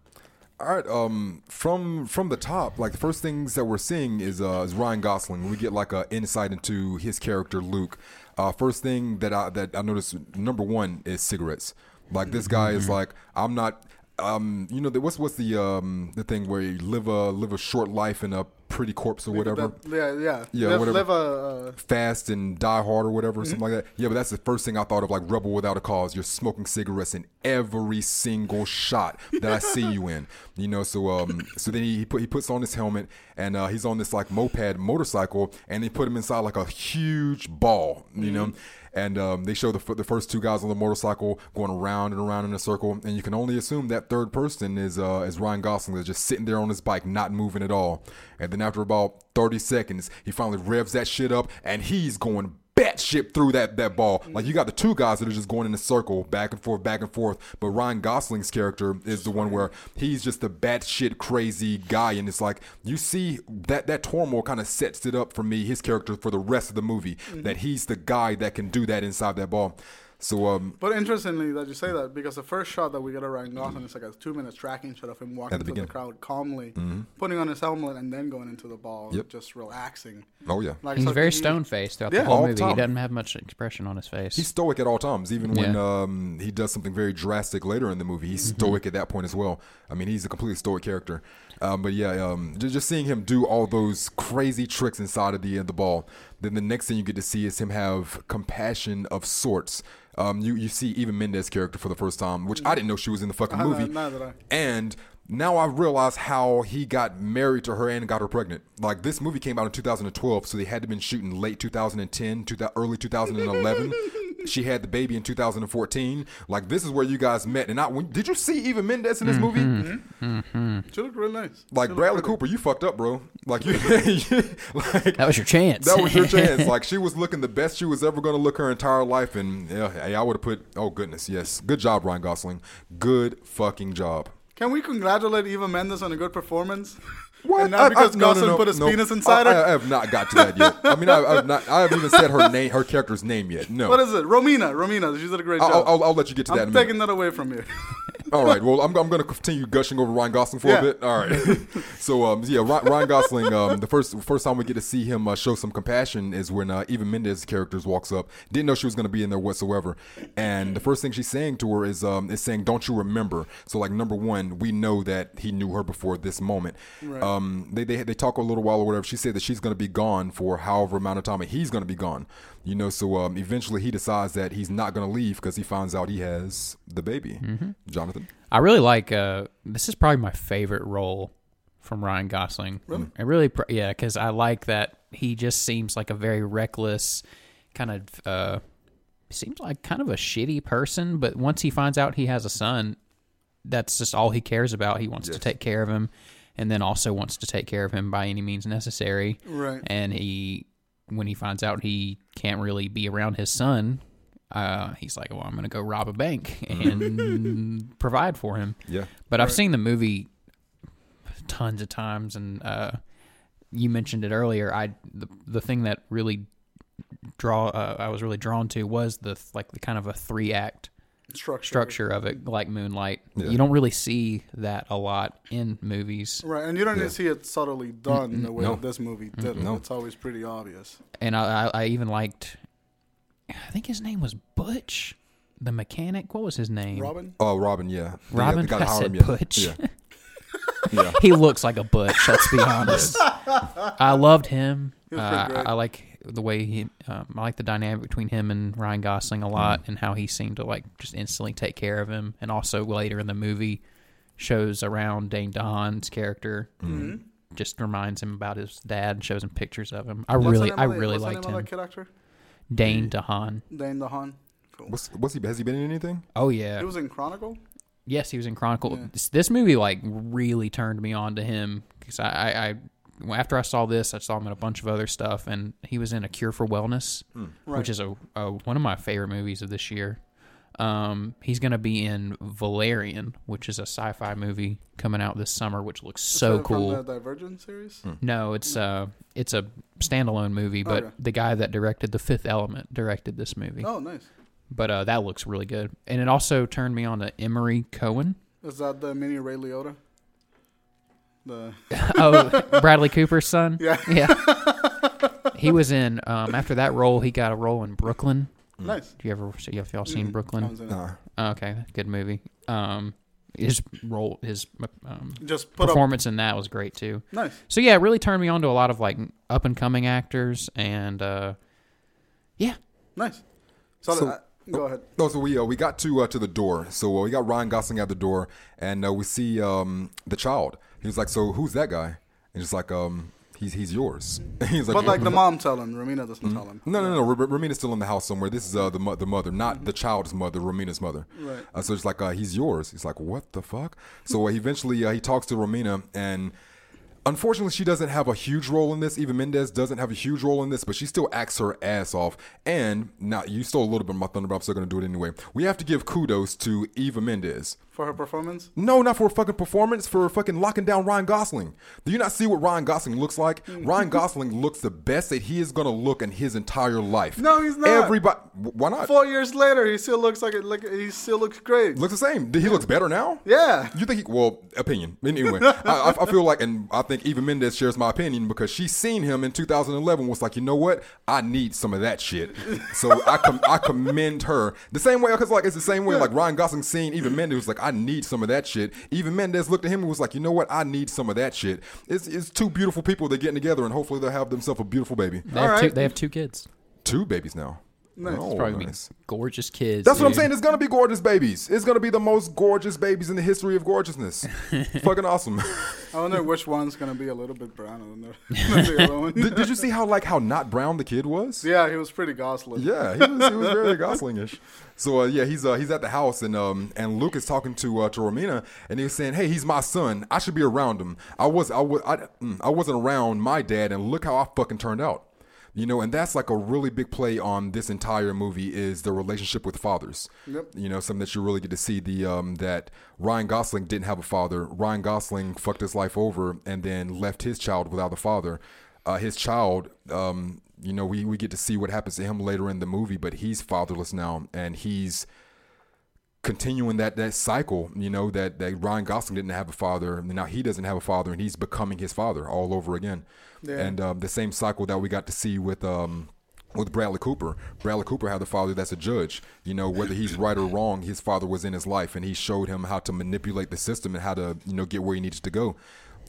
All right. Um, from from the top, like the first things that we're seeing is uh, is Ryan Gosling. We get like a insight into his character Luke. Uh, first thing that I that I noticed number one is cigarettes. Like this guy is like I'm not. Um, you know the, what's what's the um the thing where you live a live a short life in a pretty corpse or whatever. That- yeah, yeah. Yeah, live, whatever. live a, uh, fast and die hard or whatever, something like that. Yeah, but that's the first thing I thought of, like Rebel Without a Cause. You're smoking cigarettes in every single shot that I see you in. You know, so um, so then he he, put, he puts on his helmet and uh, he's on this like moped motorcycle, and they put him inside like a huge ball. You know. And um, they show the, f- the first two guys on the motorcycle going around and around in a circle, and you can only assume that third person is uh, is Ryan Gosling that's just sitting there on his bike, not moving at all. And then after about 30 seconds, he finally revs that shit up, and he's going batshit through that that ball. Like you got the two guys that are just going in a circle, back and forth, back and forth. But Ryan Gosling's character is the one where he's just the batshit crazy guy, and it's like you see that that turmoil kind of sets it up for me, his character for the rest of the movie, that he's the guy that can do that inside that ball. So um, But interestingly that you say that because the first shot that we get of Ryan Gosling is like a two minute tracking shot of him walking the through the beginning. Mm-hmm. crowd calmly, putting on his helmet and then going into the ball, Yep. just relaxing. oh yeah. Like He's so very he- stone faced throughout Yeah. the whole All the movie. He time. doesn't have much expression on his face. He's stoic at all times, even when Yeah. um, he does something very drastic later in the movie. He's stoic at that point as well. I mean, he's a completely stoic character. Um, but yeah, um, ju- just seeing him do all those crazy tricks inside of the of the ball. Then the next thing you get to see is him have compassion of sorts. Um, you you see even Mendez's character for the first time, which I didn't know she was in the fucking know, movie. neither did I. And now I realize how he got married to her and got her pregnant. Like this movie came out in 2012, so they had to been shooting late 2010 to the early 2011. she had the baby in 2014. Like this is where you guys met. And I when, did you see Eva Mendes in this movie? Mm-hmm. She looked really nice. Like Bradley Cooper, you fucked up, bro. Like you, like that was your chance. that was your chance. Like she was looking the best she was ever going to look her entire life, and yeah, hey, I would have put. Oh goodness, yes, good job, Ryan Gosling. Good fucking job. Can we congratulate Eva Mendes on a good performance? What? And not because no, no, Gosling no, put his no. penis inside her? I, I have not got to that yet. I mean, I, I've not. I haven't even said her name, her character's name yet. No. what is it? Romina. Romina. She did a great I'll, job. I'll, I'll let you get to that I'm in a minute. taking that away from you. All right. Well, I'm, I'm going to continue gushing over Ryan Gosling for Yeah. a bit. All right. so, um, yeah, Ry- Ryan Gosling. Um, the first first time we get to see him uh, show some compassion is when uh, Eva Mendes' character walks up. Didn't know she was going to be in there whatsoever. And the first thing she's saying to her is um, is saying, "Don't you remember?" So, like number one, we know that he knew her before this moment. Um, they, they they talk a little while or whatever. She said that she's going to be gone for however amount of time, and he's going to be gone. You know, so um, eventually he decides that he's not going to leave because he finds out he has the baby, Jonathan. I really like. Uh, this is probably my favorite role from Ryan Gosling. I really, pr- yeah, because I like that he just seems like a very reckless kind of. Uh, seems like kind of a shitty person, but once he finds out he has a son, that's just all he cares about. He wants to take care of him, and then also wants to take care of him by any means necessary. Right. And he, when he finds out he can't really be around his son. Uh, he's like, well, I'm gonna go rob a bank and provide for him. Yeah. But I've seen the movie tons of times, and uh, you mentioned it earlier. I the, the thing that really draw uh, I was really drawn to was the like the kind of a three act structure. structure of it, like Moonlight. Yeah. You don't really see that a lot in movies. Right, and you don't even see it subtly done the way no. that this movie did. it. no. It's always pretty obvious. And I, I, I even liked, I think his name was Butch, the mechanic. What was his name? Robin? Oh, Robin, yeah. The- uh, Robin? the guy I that hired said him, yeah. Butch. Yeah. yeah. He looks like a butch. Let's be honest. I loved him. was pretty Uh, great. I like the way he. Um, I like the dynamic between him and Ryan Gosling a lot, Mm. and how he seemed to like just instantly take care of him. And also later in the movie, shows around Dane DeHaan's character. Mm-hmm. Mm-hmm. Just reminds him about his dad and shows him pictures of him. I What's the really, name I of the- really what's the liked name of him. that kid actor? Dane DeHaan. Dane DeHaan. Cool. What's, what's he? Has he been in anything? Oh yeah. He was in Chronicle. Yes, he was in Chronicle. This, this movie like really turned me on to him because I, I, I after I saw this, I saw him in a bunch of other stuff, and he was in A Cure for Wellness, Right. which is a, a one of my favorite movies of this year. Um, he's gonna be in Valerian, which is a sci-fi movie coming out this summer, which looks so From cool. Hmm. the Divergent series. No, it's uh, it's a standalone movie, but Okay. the guy that directed The Fifth Element directed this movie. Oh, nice. But uh, that looks really good, and it also turned me on to Emery Cohen. Is that the mini Ray Liotta? The oh, Bradley Cooper's son. Yeah. yeah. He was in. Um, after that role, he got a role in Brooklyn. nice. Do you ever? If y'all Hmm. seen Mm, I Brooklyn? Oh, was in it. Nah. Okay, good movie. Um, his role, his um, Just put up. performance in that was great too. Nice. So yeah, it really turned me on to a lot of like up and coming actors, and uh, yeah, Nice. So, So- uh, go ahead. No, so we uh, we got to uh, to the door. So uh, we got Ryan Gosling at the door, and uh, we see um, the child. He was like, "So who's that guy?" And it's like, um, "He's he's yours." he's like, But like the mom tell him, Romina Hmm? doesn't tell him. Mm-hmm. No, no, no. R- R- Romina's still in the house somewhere. This is uh, the mo- the mother, not the child's mother. Romina's mother. Mm-hmm. Right. Uh, so it's like uh, he's yours. He's like, what the fuck? So uh, eventually uh, he talks to Romina, and unfortunately she doesn't have a huge role in this. Even Mendez doesn't have a huge role in this, but she still acts her ass off. And now you stole a little bit of my thunder, but I'm still gonna do it anyway. We have to give kudos to Eva Mendez. For her performance? No, not for a fucking performance, for fucking locking down Ryan Gosling. Do you not see what Ryan Gosling looks like? Hmm. Ryan Gosling looks the best that he is gonna look in his entire life. No, he's not. Everybody, why not? Four years later, he still looks like it. Like, he still looks great. looks the same. He looks better now. Yeah. You think he? Well, opinion. Anyway, I, I- I feel like, and I think even Mendez shares my opinion because she's seen him in 2011. Was like, you know what? I need some of that shit. So I com- I commend her the same way because like it's the same way like Ryan Gosling seen even Mendez was like, I need some of that shit. Even Mendez looked at him and was like, you know what? I need some of that shit. It's it's two beautiful people that getting together and hopefully they'll have themselves a beautiful baby. they have, two, Alright. they have two kids. Two babies now. Nice. Oh, Probably nice. be gorgeous kids. That's what I'm dude. saying. It's gonna be gorgeous babies. It's gonna be the most gorgeous babies in the history of gorgeousness. Fucking awesome. I wonder which one's going to be a little bit browner than the, than the other one. did, did you see how like how not brown the kid was? yeah, he was pretty gosling. Yeah, he was, he was very Goslingish. So uh, yeah, he's uh, he's at the house and um and Luke is talking to uh, to Romina and he was saying, "Hey, he's my son. I should be around him. I was I was I, mm, I wasn't around my dad, and look how I fucking turned out." You know, and that's like a really big play on this entire movie is the relationship with fathers. Yep. You know, something that you really get to see the um that Ryan Gosling didn't have a father. Ryan Gosling fucked his life over and then left his child without a father uh, his child, um, you know, we, we get to see what happens to him later in the movie, but he's fatherless now and he's continuing that that cycle, you know, that, that Ryan Gosling didn't have a father, and now he doesn't have a father and he's becoming his father all over again. Yeah. And um, the same cycle that we got to see with um with Bradley Cooper. Bradley Cooper had a father that's a judge. You know, whether he's right or wrong, his father was in his life and he showed him how to manipulate the system and how to, you know, get where he needed to go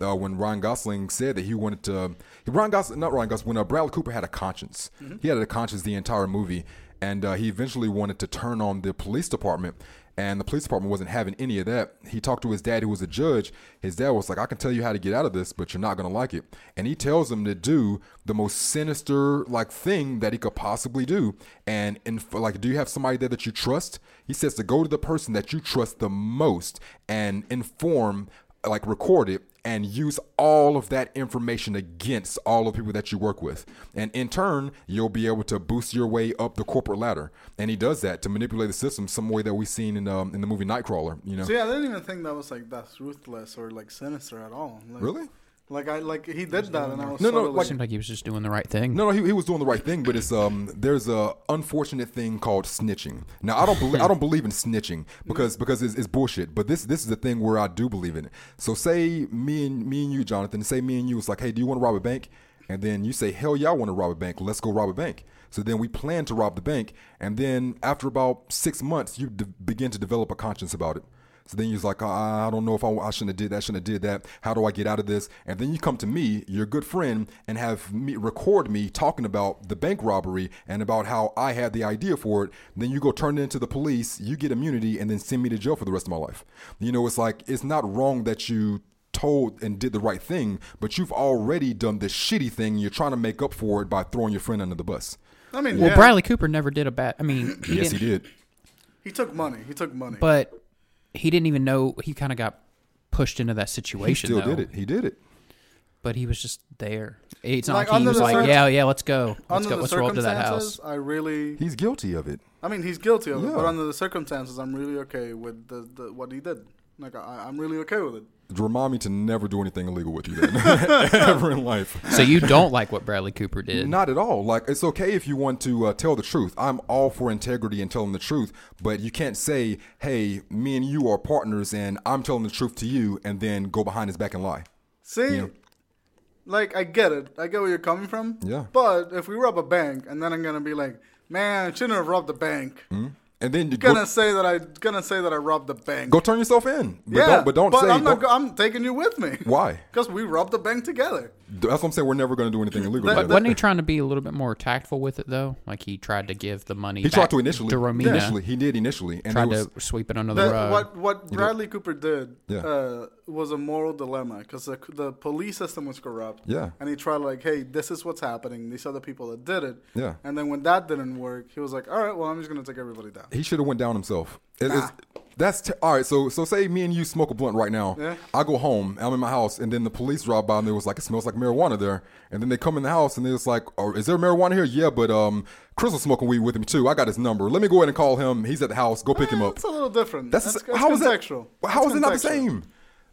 uh, when Ryan Gosling said that he wanted to. Ryan Gosling, not Ryan Gosling, when uh, Bradley Cooper had a conscience. He had a conscience the entire movie, and uh, he eventually wanted to turn on the police department. And the police department wasn't having any of that. He talked to his dad, who was a judge. His dad was like, "I can tell you how to get out of this, but you're not gonna like it." And he tells him to do the most sinister like thing that he could possibly do. And and like, do you have somebody there that you trust? He says to go to the person that you trust the most and inform like record it and use all of that information against all of the people that you work with. And in turn, you'll be able to boost your way up the corporate ladder. And he does that to manipulate the system some way that we've seen in um, in the movie Nightcrawler, you know. See, I didn't even think that was like that's ruthless or like sinister at all. Like, Really? Like I like he did that, and I was No, no, totally, like- Seemed like he was just doing the right thing. No, no, he, he was doing the right thing, but it's um there's a unfortunate thing called snitching. Now I don't believe I don't believe in snitching because because it's, it's bullshit. But this this is the thing where I do believe in it. So say me and me and you, Jonathan, say me and you was like, hey, do you want to rob a bank? And then you say, hell yeah, I want to rob a bank. Let's go rob a bank. So then we plan to rob the bank, and then after about six months, you de- begin to develop a conscience about it. So then you're like, "Uh, I I don't know if I, I shouldn't have did that, shouldn't have did that. How do I get out of this? And then you come to me, your good friend, and have me record me talking about the bank robbery and about how I had the idea for it. Then you go turn it into the police, you get immunity, and then send me to jail for the rest of my life. You know, it's like it's not wrong that you told and did the right thing, but you've already done this shitty thing. You're trying to make up for it by throwing your friend under the bus. I mean, Well, yeah, Bradley Cooper never did a bad. I mean, he Yes, didn't, he did. he took money. He took money. but he didn't even know. He kind of got pushed into that He situation. still though. did it. He did it. but he was just there. It's not Like, like, he under was the like, circ- yeah, yeah, let's go, let's under go, the let's roll up to that circumstances, house. I really, He's guilty of it. I mean, he's guilty of it, but Yeah. under the circumstances, I'm really okay with the, the what he did. Like I, I'm really okay with it. Remind me to never do anything illegal with you then, ever in life. So you don't like what Bradley Cooper did? Not at all. Like it's okay if you want to uh, tell the truth. I'm all for integrity and telling the truth, but you can't say, "Hey, me and you are partners, and I'm telling the truth to you," and then go behind his back and lie. See, Yeah. like I get it. I get where you're coming from. Yeah. But if we rob a bank, and then I'm gonna be like, man, I shouldn't have robbed the bank. Mm. And then you Gonna go, say that I gonna say that I robbed the bank. go turn yourself in. But yeah, don't. But don't say. I'm don't- not. go- I'm taking you with me. Why? Because we robbed the bank together. that's what I'm saying. We're never going to do anything illegal. But- with But it. wasn't he trying to be a little bit more tactful with it though? Like he tried to give the money. he tried back to initially. to Romina. Initially, he did initially, and tried it was, to sweep it under the That- rug. what what Bradley Cooper did Yeah. uh, was a moral dilemma because the, the police system was corrupt. Yeah. and he tried like, hey, this is what's happening. These are the people that did it. Yeah. and then when that didn't work, he was like, all right, well, I'm just gonna take everybody down. He should have went down himself. It- it's- that's te- all right. So so say me and you smoke a blunt right now. Yeah. I go home. I'm in my house, and then the police drive by, and they was like, "It smells like marijuana there." And then they come in the house, and they're just like, oh, "Is there marijuana here?" Yeah, but um, Chris was smoking weed with him too. I got his number. Let me go ahead and call him. He's at the house. Go pick him up. That's Eh, a little different. That's, that's, how is that? contextual. How That's is it not the contextual. same?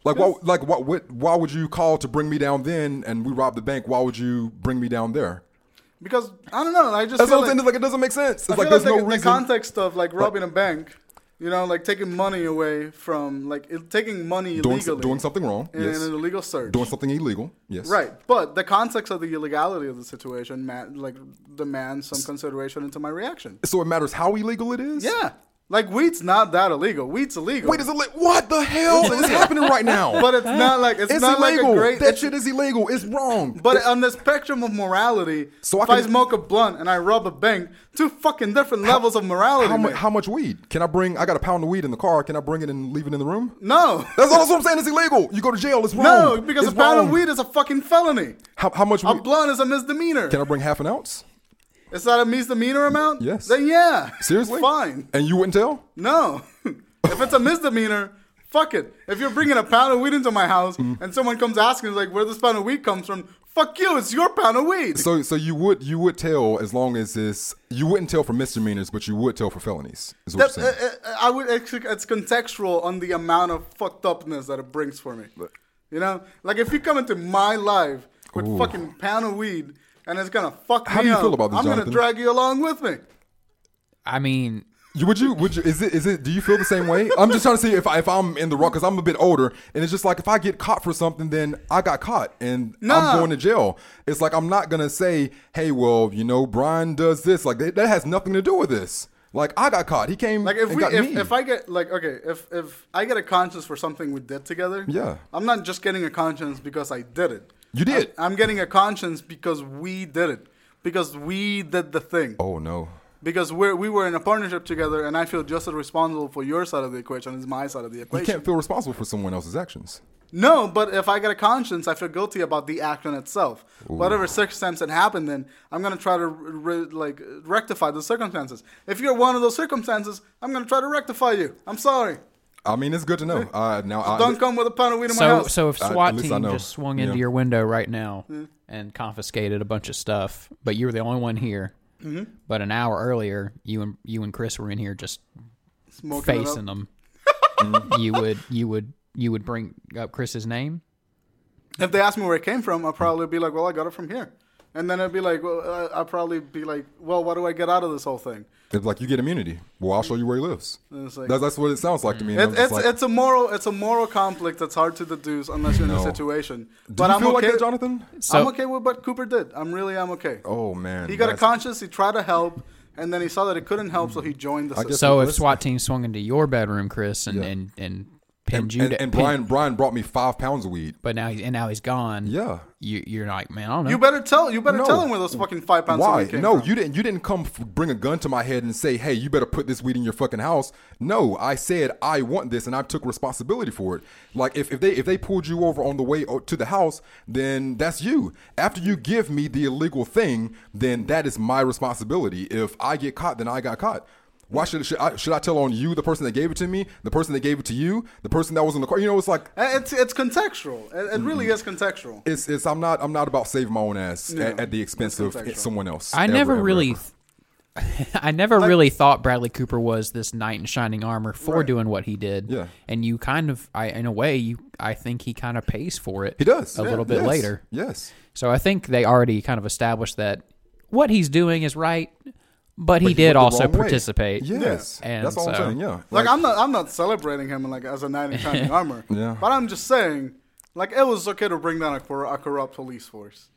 Like why, like what, what why would you call to bring me down then and we robbed the bank? Why would you bring me down there? Because I don't know. I just That's feel what I'm saying. like, It's Like it doesn't make sense. It's I like feel there's like the, no the reason. context of like robbing a bank, you know, like taking money away from like it, taking money doing, illegally, doing something wrong. in yes. an illegal search, doing something illegal. Yes. Right, but the context of the illegality of the situation, ma- like, demands some consideration into my reaction. So it matters how illegal it is. Yeah, like weed's not that illegal. Weed's illegal. Wait, is it li- what the hell is happening right now? but it's not like it's, it's not illegal. like a great. that shit is illegal. It's wrong. but on the spectrum of morality, So I if I, can- smoke a blunt and I rob a bank, two fucking different levels of morality. how, mu- mate. how much weed? Can I bring? I got a pound of weed in the car. Can I bring it and leave it in the room? no, That's, all- that's what I'm saying. It's illegal. You go to jail. It's wrong. no, because it's a pound wrong. of weed is a fucking felony. How, how much A weed? blunt is a misdemeanor. Can I bring half an ounce? Is that a misdemeanor amount? Yes. Then yeah. Seriously? Fine. And you wouldn't tell? No. if it's a misdemeanor, fuck it. If you're bringing a pound of weed into my house and someone comes asking, like, where this pound of weed comes from, fuck you, it's your pound of weed. So so you would you would tell as long as it's you wouldn't tell for misdemeanors, but you would tell for felonies. Is what That- you're saying. uh, uh, I would. It's, it's contextual on the amount of fucked upness that it brings for me. You know, like if you come into my life with Ooh. fucking pound of weed and it's gonna fuck How me do you up, feel about this, I'm gonna Jonathan? drag you along with me. I mean, You- Would you? Would you? Is it? Is it? Do you feel the same way? I'm just trying to see if I, if I'm in the wrong because I'm a bit older, and it's just like if I get caught for something, then I got caught, and Nah. I'm going to jail. It's like I'm not gonna say, hey, well, you know, Brian does this. Like that, that has nothing to do with this. Like I got caught. He came. Like if and we got if, me. if I get like okay if if I get a conscience for something we did together, Yeah. I'm not just getting a conscience because I did it. You did. I, am getting a conscience because we did it, because we did the thing, oh no. because we we were in a partnership together, and I feel just as responsible for your side of the equation as my side of the You equation. can't feel responsible for someone else's actions. No, but if I get a conscience, I feel guilty about the action itself. Whatever circumstance that happened, in, I'm gonna try to re- like rectify the circumstances. If you're one of those circumstances, I'm gonna try to rectify you. I'm sorry. I mean, it's good to know. Uh, now, I, Don't come with a pound of weed in my so house. Hmm. so if I- at SWAT least I team know. just swung Yeah. into your window right now and confiscated a bunch of stuff, but you were the only one here. Mm-hmm. But an hour earlier, you and you and Chris were in here just Smoking it up. Mm-hmm. facing them. you would you would you would bring up Chris's name. If they asked me where it came from, I'd probably be like, well, I got it from here. And then it'd be like, well, uh, I'd probably be like, well, what do I get out of this whole thing? It's like you get immunity. Well, I'll show you where he lives. And it's like- that's, that's what it sounds like to me. and I'm It, just it's like, it's a moral it's a moral conflict that's hard to deduce unless you're in No. the situation. do But you I'm feel okay. like that, Jonathan? So I'm okay with what Cooper did. I'm really I'm okay. Oh man, he got a that's- conscience. He tried to help, and then he saw that it couldn't help, so he joined the I system. guess- so if Listen. SWAT team swung into your bedroom, Chris, and Yeah. and and pinned and, you, and, to- and pin- Brian Brian brought me five pounds of weed. but now he's and now he's gone. Yeah. you you're like, man, I don't know. you better tell you better No. tell him where those fucking five pounds. of Why? weed came No, from. you didn't. You didn't come f- bring a gun to my head and say, "Hey, you better put this weed in your fucking house." No, I said I want this, and I took responsibility for it. Like if, if they if they pulled you over on the way o- to the house, then that's you. After you give me the illegal thing, then that is my responsibility. If I get caught, then I got caught. Why should should I, should I tell on you, the person that gave it to me, the person that gave it to you, the person that was in the car? You know, it's like Uh, It's it's contextual. It, it really Mm-hmm. is contextual. it's it's I'm not I'm not about saving my own ass No, at, at the expense that's of contextual. someone else. I ever, never ever, really, ever. I never really thought Bradley Cooper was this knight in shining armor for doing what he did. Yeah. and you kind of, I in a way, you, I think he kind of pays for it. He does a Yeah, little bit yes, later. Yes. So I think they already kind of established that what he's doing is right, but he did went the also wrong way. participate. Yes, And that's all I'm so- saying. Yeah, Like, I'm not I'm not celebrating him like as a knight in shining armor. Yeah. But I'm just saying, like it was okay to bring down a, cor- a corrupt police force,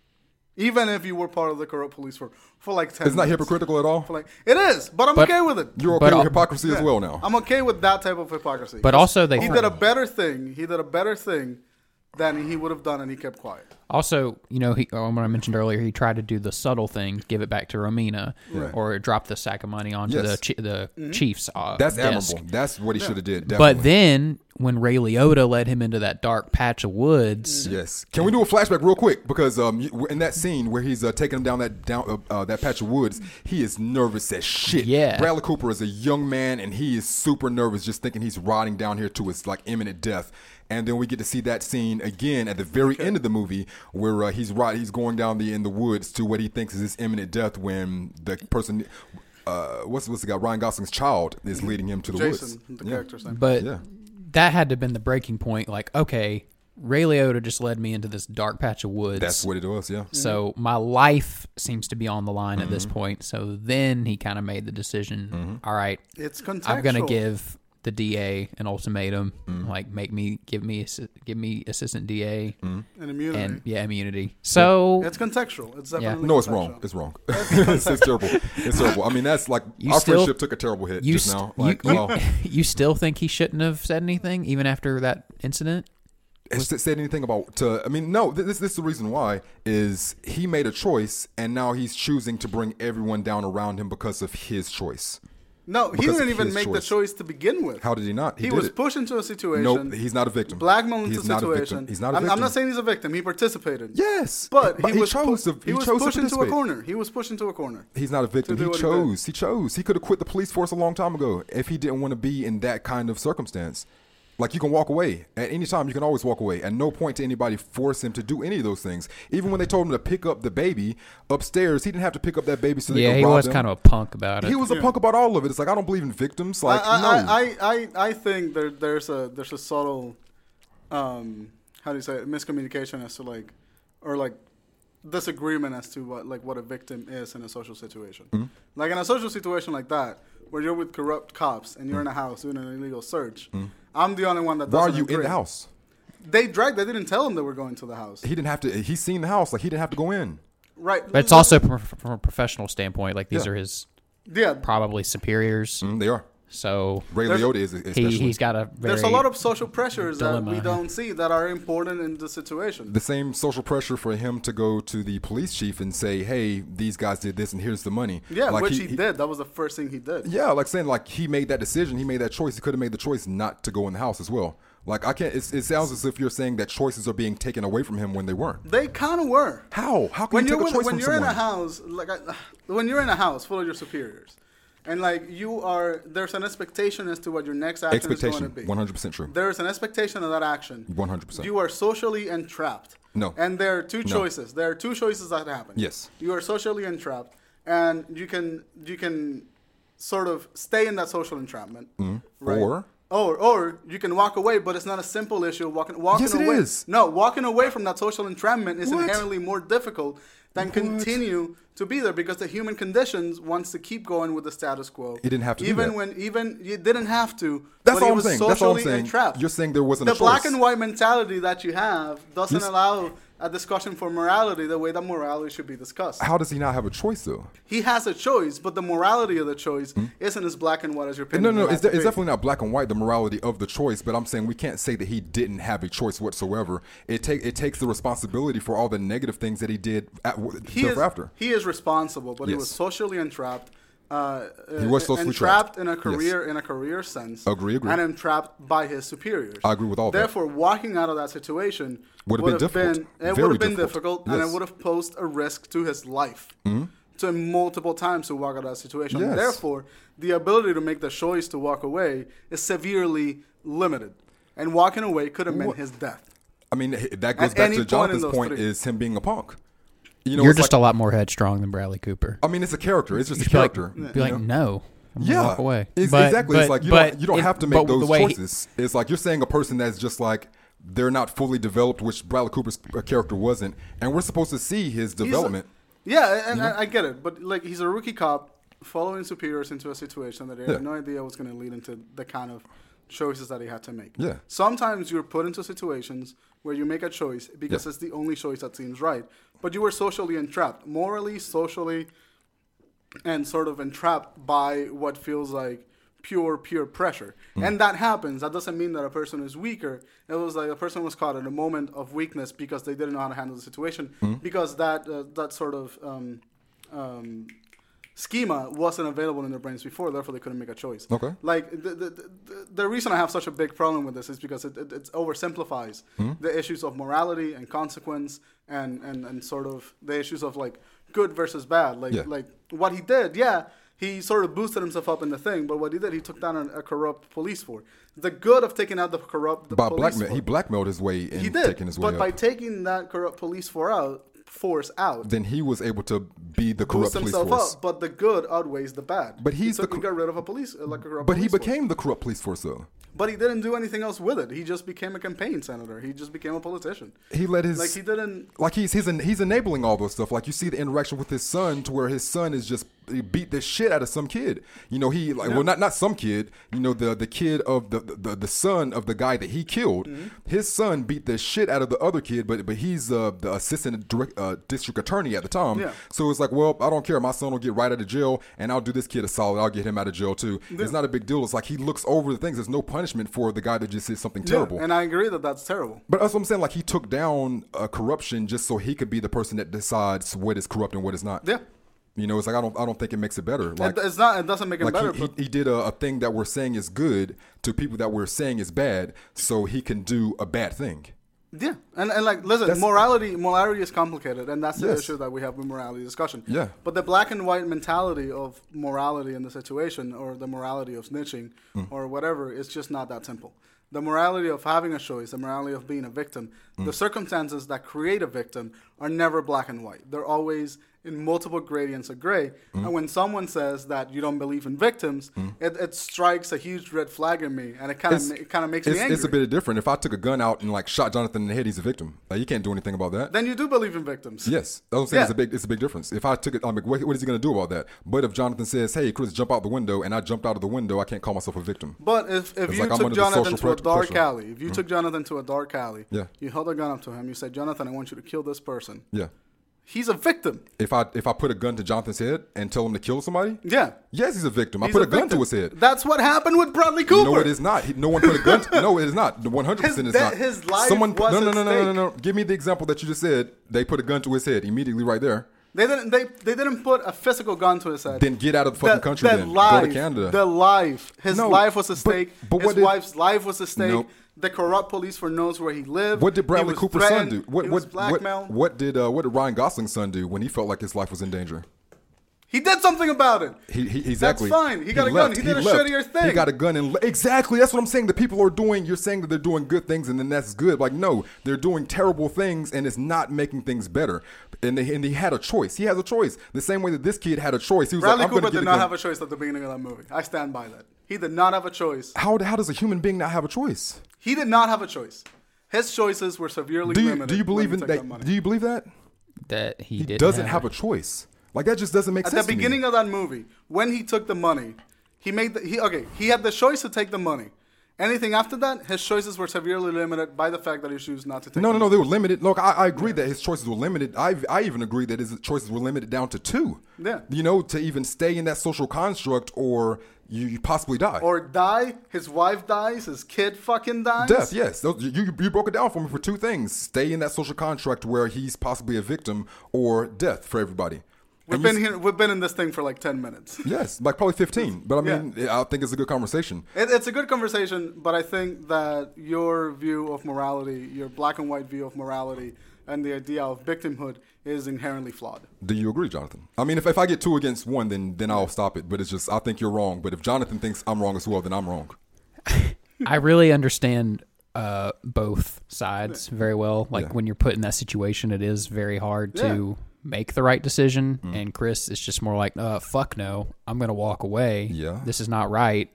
even if you were part of the corrupt police force for like ten. it's not minutes. hypocritical at all. For, like it is, but I'm But- okay with it. You're okay with But I'll- hypocrisy as Yeah. well now. I'm okay with that type of hypocrisy. But also they he fin- did a better thing. He did a better thing than he would have done, and he kept quiet. Also, you know, he, oh, what I mentioned earlier, he tried to do the subtle thing, give it back to Romina, or drop the sack of money onto Yes. the chi- the chief's uh, that's desk. admirable. That's what he should have did. Definitely. But then when Ray Liotta led him into that dark patch of woods, yes, can we do a flashback real quick? Because um, you- in that scene where he's uh, taking him down that down uh, uh, that patch of woods, he is nervous as shit. Yeah. Bradley Cooper is a young man, and he is super nervous, just thinking he's riding down here to his like imminent death. And then we get to see that scene again at the very end of the movie, where uh, he's right, he's going down the in the woods to what he thinks is his imminent death when the person. Uh, what's what's the guy? Ryan Gosling's child is leading him to the Jason, woods. the Yeah. character's name. but Yeah. that had to have been the breaking point. Like, okay, Ray Liotta just led me into this dark patch of woods. That's what it was, yeah. So my life seems to be on the line at this Mm-hmm. point. So then he kind of made the decision. "All right, it's contextual. I'm going to give the DA an ultimatum. Mm-hmm. Like, make me give me assi- give me assistant DA Mm-hmm. an immunity. and yeah immunity. So it's contextual. It's Yeah. definitely No, it's contextual. wrong. It's wrong. it's, it's terrible. It's terrible. I mean, that's like You our still- friendship took a terrible hit you just st- now. Like, oh. you, you- wow. you still think he shouldn't have said anything even after that incident? Has it said anything about? To, I mean, no. th- This this is the reason why is he made a choice and now he's choosing to bring everyone down around him because of his choice. No, he Because didn't of even his make the choice. choice to begin with. How did he not? He, He, did was it. pushed into a situation. Nope, he's not a victim. Blackmailed into He's a not a victim. situation. He's not a I'm- I'm, victim. not saying he's a victim. He participated. Yes, But, he, he was chose pu- to. he was chose to pushed into a participate. corner. He was pushed into a corner. He's not a victim. do He what he chose. He, chose. He could have quit the police force a long time ago if he didn't want to be in that kind of circumstance. Like you can walk away at any time. You can always walk away. At no point did anybody force him to do any of those things. Even when they told him to pick up the baby upstairs, he didn't have to pick up that baby. So they yeah, could he rob was him. kind of a punk about it. He was a punk about all of it. It's like I don't believe in victims. Like I, no, I, I, I, I think there, there's a there's a subtle, um, how do you say it, miscommunication as to like, or like, disagreement as to what like what a victim is in a social situation. Mm-hmm. Like in a social situation like that, where you're with corrupt cops and you're in a house doing an illegal search, I'm the only one that. Mm. why are doesn't you in agree. the house? They dragged. They didn't tell him that we're going to the house. He didn't have to. He's seen the house. Like he didn't have to go in. Right. but it's also from, from a professional standpoint. Like these Yeah. are his yeah. probably superiors. Mm, they are. So Ray There's- Liotta is especially he, he's got a very There's a lot of social pressures that we dilemma. don't see that are important in the situation. the same social pressure for him to go to the police chief and say, "Hey, these guys did this, and here's the money." yeah, Like, which he, did. That was the first thing he did. Yeah, like saying like he made that decision, he made that choice. He could have made the choice not to go in the house as well. Like I can't. It's, it sounds as if you're saying that choices are being taken away from him when they weren't. They kind of were. How? How can when you you're take a with, choice when from you're someone? in a house like I, when you're in a house full of your superiors, and like you are, there's an expectation as to what your next action is Expectation, going to be. 100% true. There is an expectation of that action. 100%. You are socially entrapped. No. And there are two choices. There are two choices that happen. Yes. You are socially entrapped, and you can you can sort of stay in that social entrapment. Right? Mm-hmm. Or Or, or you can walk away, but it's not a simple issue. of Walking, walking Yes, it away. is. No, walking away from that social entrapment is What? inherently more difficult than continue to be there because the human conditions wants to keep going with the status quo. It didn't have to do even that. when even you didn't have to. That's but all it I'm was saying. That's all I'm socially saying. entrapped. You're saying there wasn't the a black choice. and white mentality that you have doesn't Yes. allow a discussion for morality the way that morality should be discussed. How does he not have a choice though? He has a choice, but the morality of the choice isn't as black and white as your opinion. Hmm? No, no, would it's, have de- to be. it's definitely not black and white. The morality of the choice, but I'm saying we can't say that he didn't have a choice whatsoever. It take it takes the responsibility for all the negative things that he did at, he is, thereafter. He is responsible, but he was Yes. socially entrapped. Uh, He was socially entrapped trapped. in a Yes. career in a career sense. Agree, agree. And entrapped by his superiors. I agree with all that. Therefore, walking out of that situation Would've would been have difficult. it Very would have been difficult. difficult, and Yes. Mm-hmm. it would have posed a risk to his life. To multiple times to walk out of that situation. Yes. Therefore, the ability to make the choice to walk away is severely limited, and walking away could have meant his death. I mean, h- that goes At back any point to in Jonathan's those point three. is him being a punk. You know, You're it's just like, a lot more headstrong than Bradley Cooper. I mean, it's a character. It's just a Be like, character. be like, no. I'm gonna yeah, walk away. It's, But- exactly. but- it's like you but don't, you don't it- have to but make the those way he- choices. it's like you're saying a person that's just like they're not fully developed, which Bradley Cooper's uh, character wasn't, and we're supposed to see his He's a- development. yeah, and I, I get it, but like he's a rookie cop following superiors into a situation that he Yeah. had no idea was going to lead into the kind of choices that he had to make. Yeah. Sometimes you're put into situations where you make a choice because Yeah. it's the only choice that seems right, but you were socially entrapped, morally, socially, and sort of entrapped by what feels like pure peer pressure. And that happens. That doesn't mean that a person is weaker. It was like a person was caught in a moment of weakness because they didn't know how to handle the situation because that uh, that sort of um, um, schema wasn't available in their brains before. Therefore, they couldn't make a choice. Okay. Like the the, the, the reason I have such a big problem with this is because it, it, it oversimplifies Hmm? the issues of morality and consequence and, and, and sort of the issues of like good versus bad. Like Yeah. like what he did, yeah, he sort of boosted himself up in the thing, but what he did, he took down a, a corrupt police force. The good of taking out the corrupt By police blackmail, force. he blackmailed his way and He did, taking his way but up. by taking that corrupt police for out, force out, then he was able to be the boost corrupt police himself force. up, but the good outweighs the bad. But he's he took, the he cor- got rid of a police uh, like a corrupt But he police force. became the corrupt police force, though. But he didn't do anything else with it. He just became a campaign senator. He just became a politician. He let his Like he didn't. like he's he's en- he's enabling all those stuff. Like you see the interaction with his son, to where his son is just he beat the shit out of some kid. You know, he like well not not some kid. You know the the kid of the the, the son of the guy that he killed. Mm-hmm. His son beat the shit out of the other kid, but but he's uh, the assistant direct, uh, district attorney at the time. Yeah. So it's like, well, I don't care. My son will get right out of jail, and I'll do this kid a solid. I'll get him out of jail too. It's not a big deal. It's like he looks over the things. There's no punishment for the guy that just did something terrible. Yeah, and I agree that that's terrible. But that's what I'm saying. Like he took down uh, corruption just so he could be the person that decides what is corrupt and what is not. Yeah. You know, it's like I don't I don't think it makes it better. Like it, it's not. It doesn't make it like better. he, but he, he did a, a thing that we're saying is good to people that we're saying is bad, so he can do a bad thing. Yeah, and, and like listen, That's- morality morality is complicated, and that's the Yes. issue that we have with morality discussion. Yeah. But the black and white mentality of morality in the situation, or the morality of snitching, Mm. or whatever, is just not that simple. The morality of having a choice, the morality of being a victim, Mm. the circumstances that create a victim are never black and white. They're always in multiple gradients of gray. Mm. And when someone says that you don't believe in victims, it, it strikes a huge red flag in me, and it kind of It's- it kind of makes It's, me angry. it's a bit different. If I took a gun out and like shot Jonathan in the head, he's a victim. Like you can't do anything about that. then you do believe in victims. Yes, that's what I'm saying. It's a Yeah. big, it's a big difference. If I took it, I'm like, what, what is he going to do about that? But if Jonathan says, "Hey, Chris, jump out the window," and I jumped out of the window, I can't call myself a victim. But if, if It's you like I'm took under the social Jonathan to a pressure- dark pressure. alley, if you took Jonathan to a dark alley, Mm-hmm. Yeah. you held a gun up to him, you said, Jonathan, I want you to kill this person. Yeah. He's a victim. If I if I put a gun to Jonathan's head and tell him to kill somebody, Yeah. Yes, he's a victim. He's I put a, gun victim. to his head. That's what happened with Bradley Cooper. No, it is not. He, no one put a gun. To, no, it is not. One hundred percent His is de- not. his life Someone. was no, no, at no, no, no, stake. no. Give me the example that you just said. They put a gun to his head immediately, right there. They didn't they, they didn't put a physical gun to his head. Then get out of the fucking country. the then life, go to Canada. The life. His No, life was but- at stake. but what His did- wife's life was at stake. Nope. The corrupt police for knows where he lived. what did He Bradley was Cooper's son threatened. do? What he was what, blackmailed. what what did uh, what did Ryan Gosling's son do when he felt like his life was in danger? He did something about it. He, he, exactly. fine. He got a gun. He did a shittier He thing. got a gun and le- exactly. That's what I'm saying. The people are doing. You're saying that they're doing good things, and then that's good. Like no, they're doing terrible things, and it's not making things better. And they, and he had a choice. He has a choice. The same way that this kid had a choice. He was Bradley like, I'm Cooper going to did get not a gun. have a choice at the beginning of that movie. I stand by that. He did not have a choice. How, how does a human being not have a choice? He did not have a choice. His choices were severely Do you, limited. do you believe in when he took that? money. do you believe that that he, he didn't doesn't have, have a choice? Like that just doesn't make At sense. the to me. beginning of that movie, when he took the money, he made the, he okay. He had the choice to take the money. Anything after that, his choices were severely limited by the fact that he chose not to take. No, the no, no. They were limited. Look, I, I agree that his choices were limited. I, I even agree that his choices were limited down to two. Yeah. You know, to even stay in that social construct, or you, you possibly die. Or die. His wife dies. His kid fucking dies. death. Yes. Those, you, you- you broke it down for me for two things: stay in that social construct where he's possibly a victim, or death for everybody. We've And been you- here. We've been in this thing for like ten minutes. Yes, like probably fifteen. But I mean, I think it's a good conversation. It, it's a good conversation, but I think that your view of morality, your black and white view of morality, and the idea of victimhood is inherently flawed. Do you agree, Jonathan? I mean, if, if I get two against one, then then I'll stop it. But it's just I think you're wrong. But if Jonathan thinks I'm wrong as well, then I'm wrong. I really understand uh, both sides very well. Like when you're put in that situation, it is very hard to make the right decision. And Chris is just more like, uh, "Fuck no, I'm gonna walk away. Yeah. this is not right."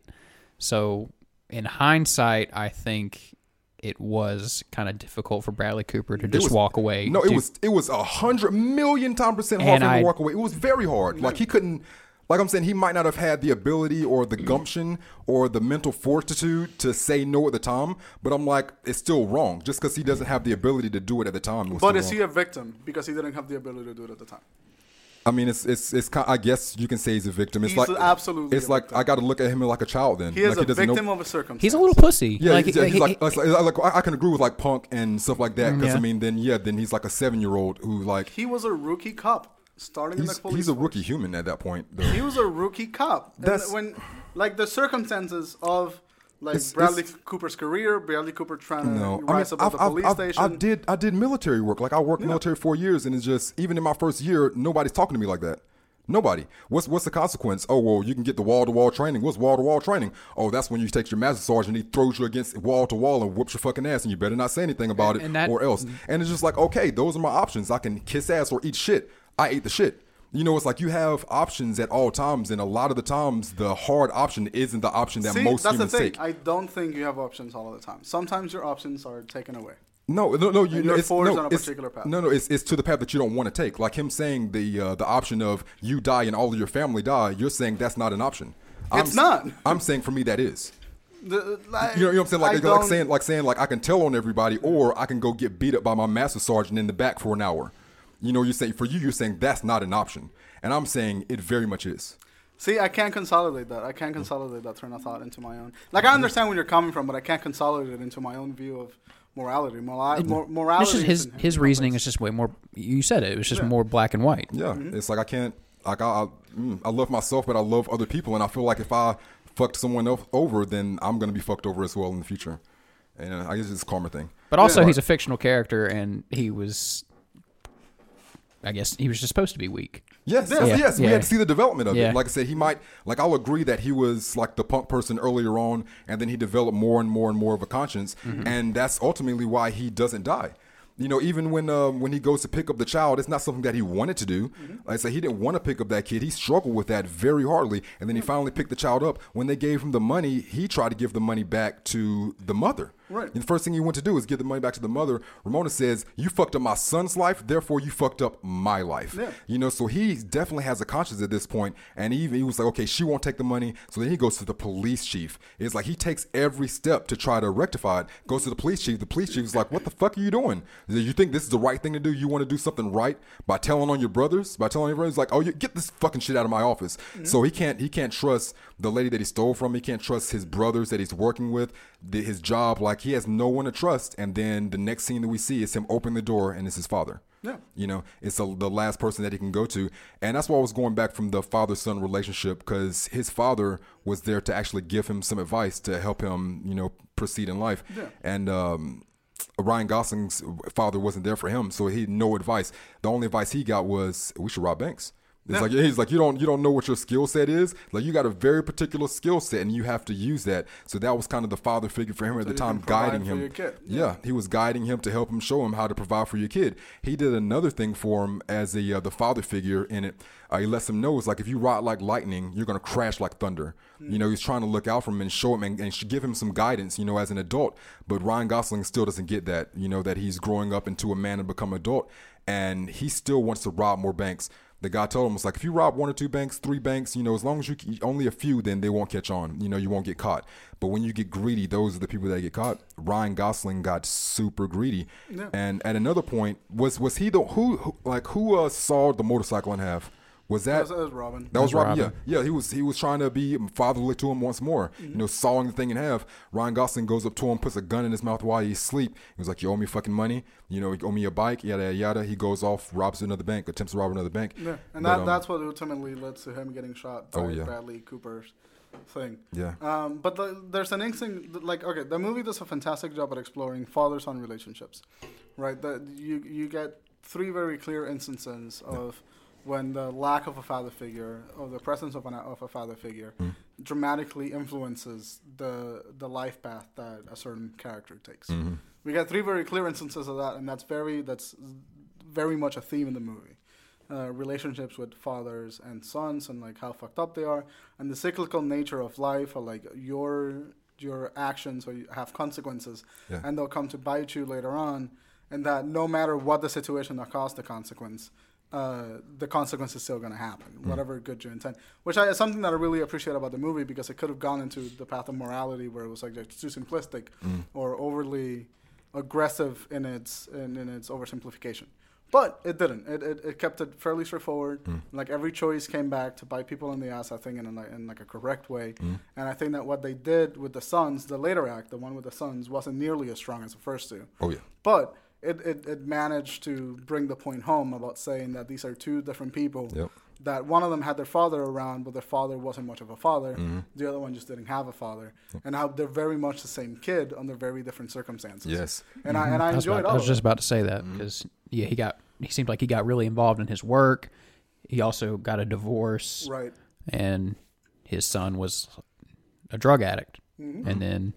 So, in hindsight, I think it was kind of difficult for Bradley Cooper to just was- walk away. No, it to- was it was a hundred million time percent hard And for him I- to walk away. It was very hard. Like he couldn't. Like I'm saying, he might not have had the ability or the gumption or the mental fortitude to say no at the time. But I'm like, it's still wrong just because he doesn't have the ability to do it at the time. it was But still is wrong. he a victim because he didn't have the ability to do it at the time? I mean, it's it's it's. ki I guess you can say he's a victim. It's He's like absolutely It's a like victim. I got to look at him like a child. Then He is like a doesn't know- victim of a circumstance. He's a little pussy. Yeah, like, he's, yeah, he's he- like, he- it's like, like, I I can agree with like punk and stuff like that. Because I Yeah. mean, then yeah, then he's like a seven year old who like He was a rookie cop starting in he's, the police. he's a rookie human at that point. Though. He was a rookie cop. And That's- when, like, the circumstances of like It's- Bradley it's- Cooper's career, Bradley Cooper trying to No, I mean, rise I've, above the I've, police I've, station. I did I did military work. Like I worked military four years, and it's just even in my first year, nobody's talking to me like that. Nobody. What's what's the consequence? Oh well, you can get the wall to wall training. What's wall to wall training? Oh, that's when you take your master sergeant, he throws you against wall to wall and whoops your fucking ass, and you better not say anything about it And that- or else. Mm-hmm. And it's just like, okay, those are my options. I can kiss ass or eat shit. I ate the shit. You know, it's like you have options at all times, and a lot of the times, the hard option isn't the option that See, most that's the humans thing. take. I don't think you have options all of the time. Sometimes your options are taken away. No, no, no. You, And no, you're it's, forged no, on a it's- particular path. No, no. It's, it's to the path that you don't want to take. Like him saying the uh, the option of you die and all of your family die. You're saying that's not an option. It's not. I'm saying for me that is. The- like, You know, you know what I'm saying? I Like, like don't- saying like saying like I can tell on everybody, or I can go get beat up by my master sergeant in the back for an hour. You know, you're saying for you, you're saying that's not an option, and I'm saying it very much is. See, I can't consolidate that. I can't consolidate that train of thought into my own. Like, I understand where you're coming from, but I can't consolidate it into my own view of morality. Mora- mor- it's morality. just is his inherently his reasoning is just way more. You said it. It was just more black and white. Yeah, it's like I can't. Like I, I, mm, I love myself, but I love other people, and I feel like if I fucked someone else over, then I'm gonna be fucked over as well in the future. And uh, I guess it's a karma thing. But also, he's a fictional character, and he was, I guess, he was just supposed to be weak. Yes, yes, Yeah. yes. We Yeah. had to see the development of Yeah. it. Like I said, he might like I'll agree that he was like the punk person earlier on, and then he developed more and more and more of a conscience, Mm-hmm. and that's ultimately why he doesn't die. You know, even when uh, when he goes to pick up the child, it's not something that he wanted to do. Mm-hmm. Like I said, he didn't want to pick up that kid. He struggled with that very hardly, and then he finally picked the child up. When they gave him the money, he tried to give the money back to the mother. Right. And the first thing he went to do is give the money back to the mother. Ramona says, "You fucked up my son's life, therefore you fucked up my life." Yeah. You know, so he definitely has a conscience at this point, and he even he was like, okay, she won't take the money, so then he goes to the police chief. It's like he takes every step to try to rectify it. Goes to the police chief. The police chief is like, what the fuck are you doing? He said, You think this is the right thing to do? You want to do something right by telling on your brothers? By telling your brothers, like, oh, you get this fucking shit out of my office. Mm-hmm. So he can't he can't trust the lady that he stole from. He can't trust his brothers that he's working with, the, his job. Like he has no one to trust. And then the next scene that we see is him opening the door, and it's his father. Yeah. You know, it's the the last person that he can go to. And that's why I was going back from the father son relationship because his father was there to actually give him some advice to help him, you know, proceed in life. And um, Ryan Gosling's father wasn't there for him, so he had no advice. The only advice he got was, we should rob banks. It's like he's like you don't you don't know what your skill set is. Like you got a very particular skill set and you have to use that. So that was kind of the father figure for him at the you time, can provide guiding for him. your kid. Yeah. he was guiding him to help him show him how to provide for your kid. He did another thing for him as a uh, the father figure in it. Uh, he lets him know it's like if you ride like lightning, you're gonna crash like thunder. Hmm. You know, he's trying to look out for him and show him and, and sh- give him some guidance. You know, as an adult, but Ryan Gosling still doesn't get that. You know that he's growing up into a man and become adult, and he still wants to rob more banks. The guy told him was like, if you rob one or two banks, three banks, you know, as long as you only a few, then they won't catch on. You know, you won't get caught. But when you get greedy, those are the people that get caught. Ryan Gosling got super greedy, and at another point, was was he the who, who like who uh, sawed the motorcycle in half? Was that That was, that was Robin. Mm-hmm. that was That's Robin. Robin. Yeah, yeah. He was he was trying to be fatherly to him once more. You know, sawing the thing in half. Ryan Gosling goes up to him, puts a gun in his mouth while he's asleep. He was like, "You owe me fucking money. You know, you owe me a bike. Yada yada." yada. He goes off, robs another bank, attempts to rob another bank. Yeah, and But, that, um, that's what ultimately led to him getting shot by Oh, yeah. Bradley Cooper's thing. yeah. Um, but the, there's an interesting, like, okay, the movie does a fantastic job at exploring father-son relationships, right? That you you get three very clear instances of when the lack of a father figure or the presence of, an, of a father figure dramatically influences the the life path that a certain character takes. We get three very clear instances of that, and that's very that's very much a theme in the movie uh, relationships with fathers and sons and like how fucked up they are and the cyclical nature of life or like your your actions or you have consequences Yeah. and they'll come to bite you later on and that no matter what the situation that caused the consequence uh, the consequence is still going to happen whatever good you intend which I, is something that i really appreciate about the movie because it could have gone into the path of morality where it was like just too simplistic or overly aggressive in its in, in its oversimplification. But it didn't. It, it, it kept it fairly straightforward. Hmm. Like every choice came back to bite people in the ass, I think, in, a, like- in like a correct way. Hmm. And I think that what they did with the Suns, the later act, the one with the Suns, wasn't nearly as strong as the first two. Oh yeah. But it, it, it managed to bring the point home about saying that these are two different people. Yep. That one of them had their father around, but their father wasn't much of a father. Hmm. The other one just didn't have a father. And how they're very much the same kid under very different circumstances. Yes. Mm-hmm. And I and I I was, enjoyed about- I all was of it. just about to say that because yeah, he got he seemed like he got really involved in his work. He also got a divorce, Right. and his son was a drug addict, Mm-hmm. and then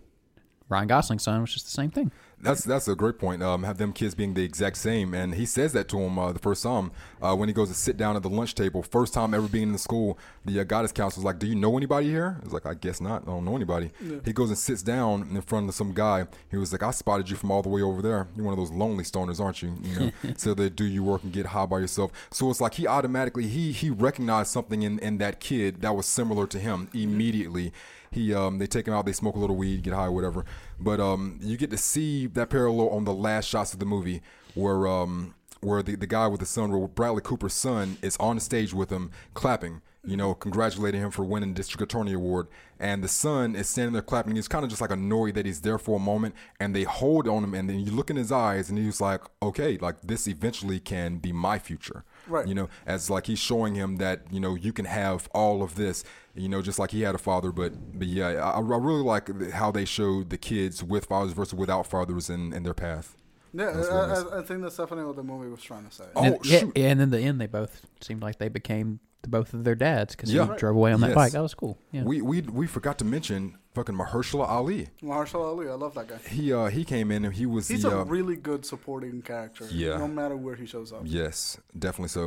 Ryan Gosling's son was just the same thing. That's that's a great point. Um, have them kids being the exact same, and he says that to him uh, the first time uh, when he goes to sit down at the lunch table. First time ever being in the school, the uh, guidance counselor's like, "Do you know anybody here?" He's like, "I guess not. I don't know anybody." He goes and sits down in front of some guy. He was like, "I spotted you from all the way over there. You're one of those lonely stoners, aren't you?" You know, so they do you work and get high by yourself. So it's like he automatically he he recognized something in in that kid that was similar to him immediately he um they take him out they smoke a little weed get high whatever but um you get to see that parallel on the last shots of the movie where um where the, the guy with the son where bradley cooper's son is on the stage with him clapping you know congratulating him for winning the district attorney award and the son is standing there clapping he's kind of just like annoyed that he's there for a moment and they hold on him and then you look in his eyes and he's like okay like this eventually can be my future Right. you know as like he's showing him that you know you can have all of this you know just like he had a father but but yeah i, I really like th- how they showed the kids with fathers versus without fathers in, in their path Yeah, That's I, really I, I think that's definitely what the movie was trying to say. Oh, and, yeah, shoot. yeah, and in the end, they both seemed like they became the both of their dads because Yeah. he drove away on that Yes. bike. That was cool. Yeah. we, we we forgot to mention fucking mahershala ali Marshall Ali, I love that guy. he uh he came in and he was He's the a uh, really good supporting character. Yeah. No matter where he shows up. Yes, definitely so.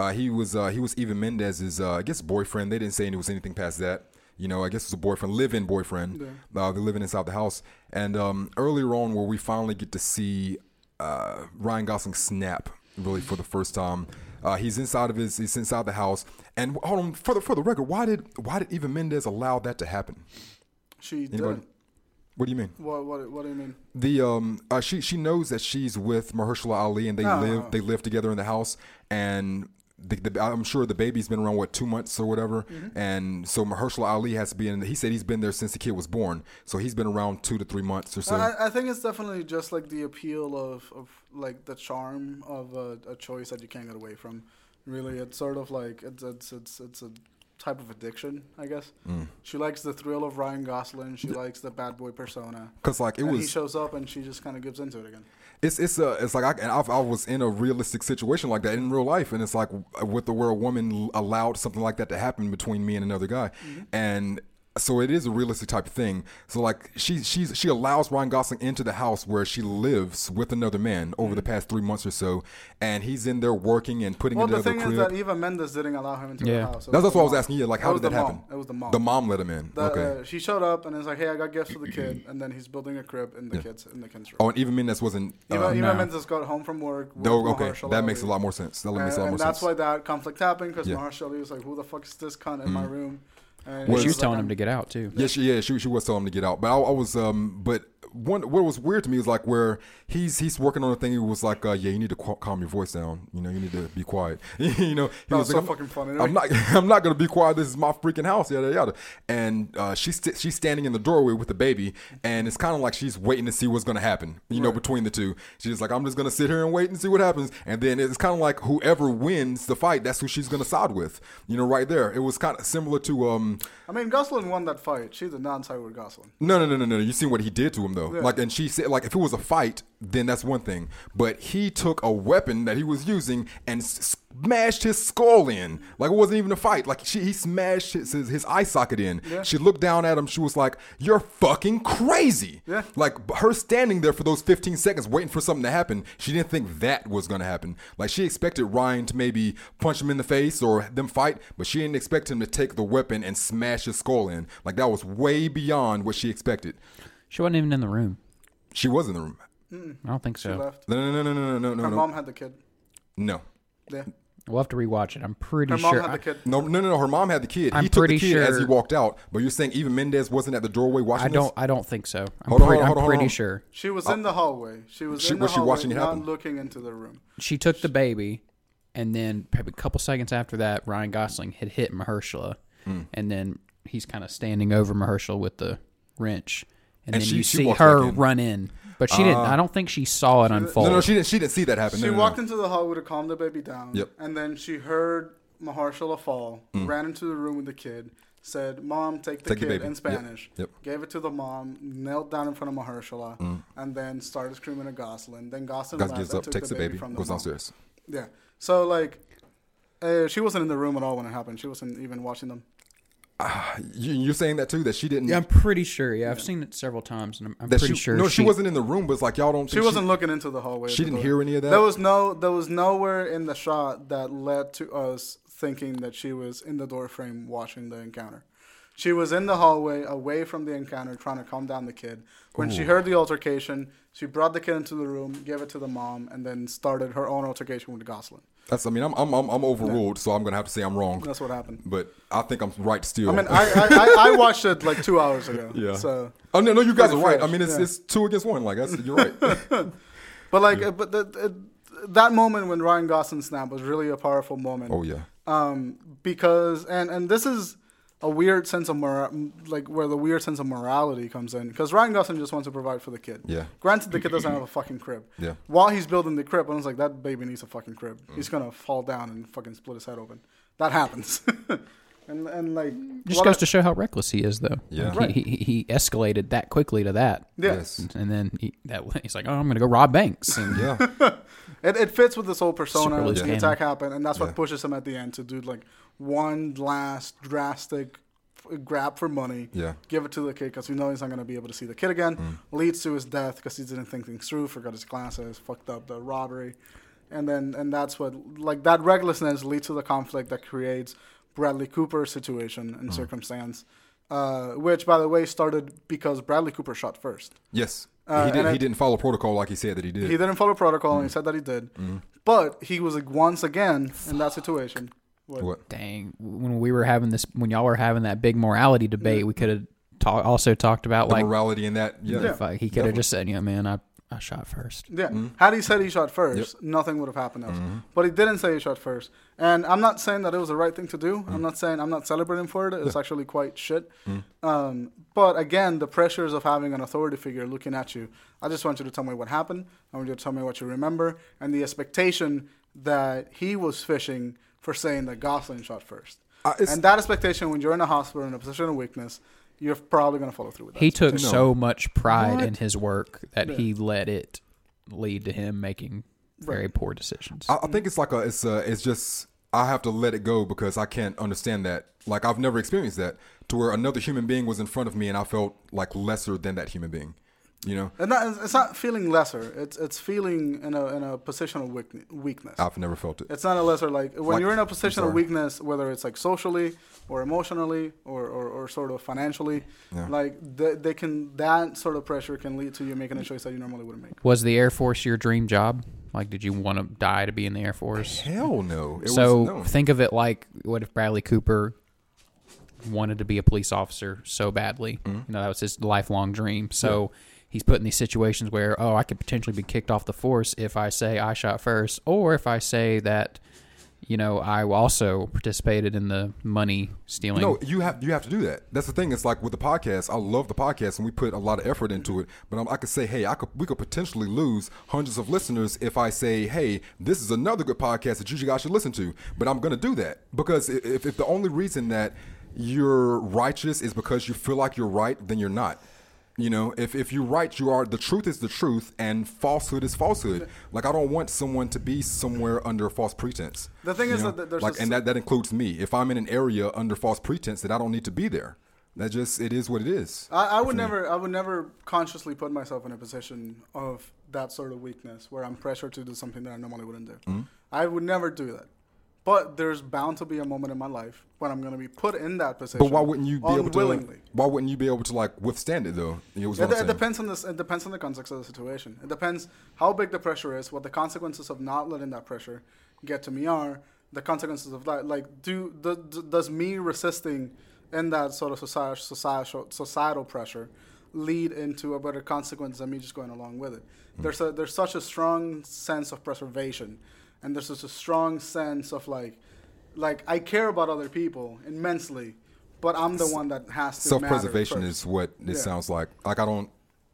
Uh, he was uh, he was Eva Mendez's uh, I guess boyfriend. They didn't say it was anything past that. You know, I guess it's a boyfriend, live-in boyfriend. Uh, they're living inside the house. And um, earlier on, where we finally get to see uh, Ryan Gosling snap really for the first time. Uh, he's inside of his he's inside the house. And hold on for the for the record, why did why did Eva Mendez allow that to happen? She Anybody- did. What do you mean? What, what, what do you mean? The um, uh, she she knows that she's with Mahershala Ali, and they Oh. live they live together in the house. And the, the, I'm sure the baby's been around what two months or whatever. Mm-hmm. And so Mahershala Ali has to be in. He said he's been there since the kid was born, so he's been around two to three months or so. I, I think it's definitely just like the appeal of, of like the charm of a, a choice that you can't get away from. Really, it's sort of like it's it's it's it's a type of addiction, I guess. Mm. She likes the thrill of Ryan Gosling. She likes the bad boy persona. Cause like it and was he shows up and she just kind of gives into it again. it's it's a it's like I, and I've, I was in a realistic situation like that in real life, and it's like with the where a woman allowed something like that to happen between me and another guy, Mm-hmm. and so it is a realistic type of thing. So like she she's she allows Ryan Gosling into the house where she lives with another man over the past three months or so, and he's in there working and putting Mm-hmm. Well, into the the thing crib. is that Eva Mendes didn't allow him into Yeah. the house. It that's, was that's the what I was mom. asking you. Like, It how was did that the happen? Mom. It was the mom. The mom let him in. The, okay. uh, she showed up and it's like, hey, I got gifts for the kid, and then he's building a crib in the kids in the kids' room. oh, and even Mendes wasn't. Uh, Eva, Eva no. Mendes got home from work. with no, okay, Mahershala that makes a Ali. lot more sense. That And, makes a lot and more that's sense. why that conflict happened because Yeah. Mm. Mahershala was like, "Who the fuck is this cunt in my room?" And Well, she she was like, telling "I'm- him to get out too. Yeah, she, yeah, she, she was telling him to get out. But I, I was, um, but one what was weird to me was like where he's he's working on a thing. He was like, uh, yeah, you need to qu- calm your voice down. You know, you need to be quiet. you know, he That was so like, I'm- fucking funny. I'm not, I'm not gonna be quiet. This is my freaking house. Yada yada. And uh, she's st- she's standing in the doorway with the baby, and it's kind of like she's waiting to see what's gonna happen. You know, between the two, she's like, I'm just gonna sit here and wait and see what happens. And then it's kind of like whoever wins the fight, that's who she's gonna side with. You know, right there. It was kind of similar to um. I mean, Gosling won that fight. She did not side with Gosling. No, no, no, no, no. You seen what he did to him though. Like, and she said, like, if it was a fight, then that's one thing. But he took a weapon that he was using and s- smashed his skull in. Like, it wasn't even a fight. Like, she, he smashed his, his, his eye socket in. She looked down at him. She was like, "You're fucking crazy." Yeah. Like, b- her standing there for those 15 seconds waiting for something to happen. She didn't think that was gonna happen. Like, she expected Ryan to maybe punch him in the face or them fight, but she didn't expect him to take the weapon and smash his skull in. Like, that was way beyond what she expected. She wasn't even in the room. She was in the room. I don't think She so. left. No, no, no, no, no, no, no, Her no, mom had the kid. no. Yeah. We'll have to rewatch it. I'm pretty Her mom sure. had I- the kid. No, no, no, no. Her mom had the kid. I'm he took pretty the kid as he sure- walked out. But you're saying even Mendez wasn't at the doorway watching I this? don't. I don't think so. I'm, Hold on, pre- hold on, I'm hold on, pretty hold on. sure She was in the hallway. She was Oh. She- in the was she hallway, watching it not happen? looking into the room. she took the baby, and then probably a couple seconds after that, Ryan Gosling had hit Mahershala, Hmm. and then he's kind of standing over Mahershala with the wrench, and, And then she- you she see walked her back in. run in, but she didn't. I don't think she saw it unfold. No, no, she didn't. She didn't see that happen. She no, no, walked no. into the hallway to calm the baby down. uh, Yep. Mm. And then she heard Mahershala fall, ran into the room with the kid, said, Mom, take the Take the kid baby. in Yep. Spanish. Yep. Gave it to the mom, knelt down in front of Mahershala, and then started screaming at Goslin. Then Goslin Guys left gives and up, took takes the baby, from the goes mom. downstairs. Yeah. So, like, uh, she wasn't in the room at all when it happened. She wasn't even watching them. You, you're saying that too? That she didn't. Yeah, I'm pretty sure. Yeah, I've seen it several times, and I'm, I'm that pretty she, sure. No, she, wasn't in the room. But it's like y'all don't. She think wasn't looking into the hallway. she at the didn't door. hear any of that? There was no. There was nowhere in the shot that led to us thinking that she was in the door frame watching the encounter. She was in the hallway, away from the encounter, trying to calm down the kid. When she heard the altercation, she brought the kid into the room, gave it to the mom, and then started her own altercation with Goslin. That's. I mean, I'm I'm I'm, I'm overruled, so I'm gonna have to say I'm wrong. That's what happened. But I think I'm right still. I mean, I, I, I, I watched it like two hours ago. yeah. So oh no, no, you guys are pretty right. I fresh, mean, it's yeah. it's two against one. Like that's you're right. But like, uh, but the, uh, that moment when Ryan Gosling snapped was really a powerful moment. oh yeah. Um, because and and this is a weird sense of mora- like where the weird sense of morality comes in because Ryan Gosling just wants to provide for the kid. Yeah. Granted, the kid doesn't have a fucking crib. Yeah. While he's building the crib, I was like, that baby needs a fucking crib. He's gonna fall down and fucking split his head open. That happens. and and like just what goes I- to show how reckless he is, though. Yeah. Like, Right. he, he he escalated that quickly to that, yeah. Yes. and then he, that he's like, "Oh, I'm gonna go rob banks." And Yeah. It, it fits with this whole persona. Super Like, loose the cannon. attack happened, and that's what Yeah. pushes him at the end to do like one last drastic f- grab for money. Yeah. Mm. Give it to the kid because we know he's not going to be able to see the kid again. Leads to his death because he didn't think things through, forgot his glasses, fucked up the robbery, and then and that's what like that recklessness leads to the conflict that creates Bradley Cooper's situation Mm. and circumstance, uh, which by the way started because Bradley Cooper shot first. Yes. Uh, he and did. I- He didn't follow protocol like he said that he did. He didn't follow protocol, and he said that he did. But he was like, once again in that situation. What? what? dang, when we were having this, when y'all were having that big morality debate, we could have ta- also talked about The like, morality in that. Yeah. Yeah. fuck, he could have just said, "Yeah, man, I I shot first. Yeah. Had he said he shot first, nothing would have happened else. But he didn't say he shot first, and I'm not saying that it was the right thing to do. I'm not saying I'm not celebrating for it. It's actually quite shit. Um, but again, the pressures of having an authority figure looking at you. I just want you to tell me what happened. I want you to tell me what you remember, and the expectation that he was fishing for saying that Gosling shot first. I- it's- and that expectation, when you're in a hospital in a position of weakness, you're probably going to follow through with that. He took No. so much pride What? in his work that he let it lead to him making very poor decisions. I, I think it's like a it's a, it's just I have to let it go because I can't understand that. Like I've never experienced that to where another human being was in front of me and I felt like lesser than that human being. You know, and that, it's not feeling lesser. It's it's feeling in a in a position of weak, weakness. I've never felt it. It's not a lesser like when Oh. Like- you're in a I'm position sorry. of weakness, whether it's like socially or emotionally or, or, or sort of financially, Yeah. like they, they can that sort of pressure can lead to you making a choice that you normally wouldn't make. was the Air Force your dream job? Like, did you want to die to be in the Air Force? Hell no. It so was, no. think of it like what if Bradley Cooper wanted to be a police officer so badly? Mm-hmm. You know, that was his lifelong dream. So he's put in these situations where, oh, I could potentially be kicked off the force if I say I shot first, or if I say that, you know, I also participated in the money stealing. No, you have you have to do that. That's the thing. It's like with the podcast. I love the podcast, and we put a lot of effort into it. But i I could say, hey, I could we could potentially lose hundreds of listeners if I say, hey, this is another good podcast that you guys should listen to. But I'm going to do that because i- if, if the only reason that you're righteous is because you feel like you're right, then you're not. You know, if, if you're right, you are. The truth is the truth, and falsehood is falsehood. Like I don't want someone to be somewhere under false pretense. The thing You is know? that there's like, a- and that, that includes me. If I'm in an area under false pretense, that I don't need to be there. That just it is what it is. I, I would never I would never consciously put myself in a position of that sort of weakness where I'm pressured to do something that I normally wouldn't do. Mm-hmm. I would never do that. But there's bound to be a moment in my life when I'm going to be put in that position. but why wouldn't you be able to? unwillingly. Why wouldn't you be able to like withstand it though? You know, is what It, I'm it saying. depends on this. It depends on the context of the situation. It depends how big the pressure is, what the consequences of not letting that pressure get to me are. The consequences of that, like, do, do, do- does me resisting in that sort of societal societal societal pressure lead into a better consequence than me just going along with it? Hmm. There's a there's such a strong sense of preservation, and there's such a strong sense of like, like I care about other people immensely, but I'm the one that has to. matter Self-preservation first. is what it Yeah. sounds like. Like I don't.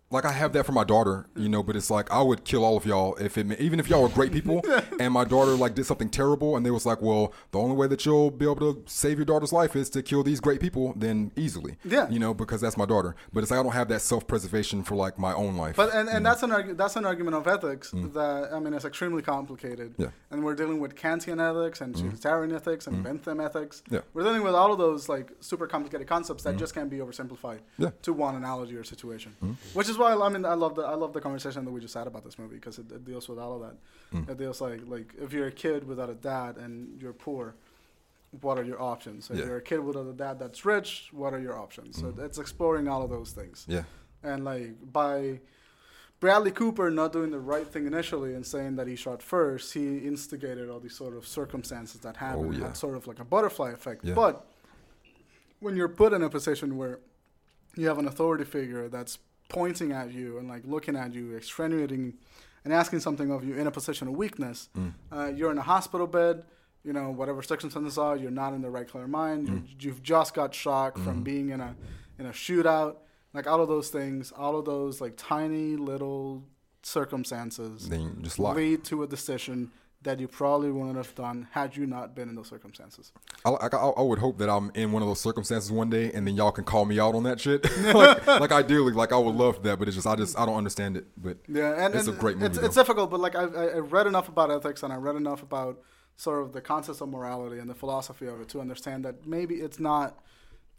Like I have that for my daughter, you know, but it's like I would kill all of y'all if it, even if y'all were great people, and my daughter like did something terrible, and they was like, well, the only way that you'll be able to save your daughter's life is to kill these great people, then easily, Yeah. you know, because that's my daughter. But it's like I don't have that self-preservation for like my own life. Mm-hmm. Mm. But and, and that's an argu- that's an argument of ethics that I mean it's extremely complicated. Yeah. Mm-hmm. And we're dealing with Kantian ethics and Trinitarian ethics and Bentham ethics. Yeah. Mm-hmm. We're dealing with all of those like super complicated concepts that just can't be oversimplified Yeah. Mm-hmm. to one analogy or situation. Which is why I mean I love the I love the conversation that we just had about this movie because it, it deals with all of that. Mm. It deals like like if you're a kid without a dad and you're poor. What are your options? If Yeah. Mm-hmm. you're a kid without a dad that's rich, what are your options? So it's exploring all of those things yeah. and like by Bradley Cooper not doing the right thing initially and saying that he shot first, he instigated all these sort of circumstances that happened. Oh, It yeah. had sort of like a butterfly effect. Yeah. But when you're put in a position where you have an authority figure that's pointing at you and like looking at you, extenuating and asking something of you in a position of weakness, Mm. uh, you're in a hospital bed. You know, whatever circumstances are, you're not in the right clear mind. Mm. You, you've just got shocked from Mm-hmm. being in a in a shootout. Like all of those things, all of those like tiny little circumstances Then you just lie. lead to a decision that you probably wouldn't have done had you not been in those circumstances. I, I, I would hope that I'm in one of those circumstances one day, and then y'all can call me out on that shit. like, like ideally, like I would love that, but it's just I just I don't understand it. But Yeah, and it's and a great movie. It's, though. it's difficult, but like I, I I read enough about ethics and I read enough about sort of the concepts of morality and the philosophy of it to understand that maybe it's not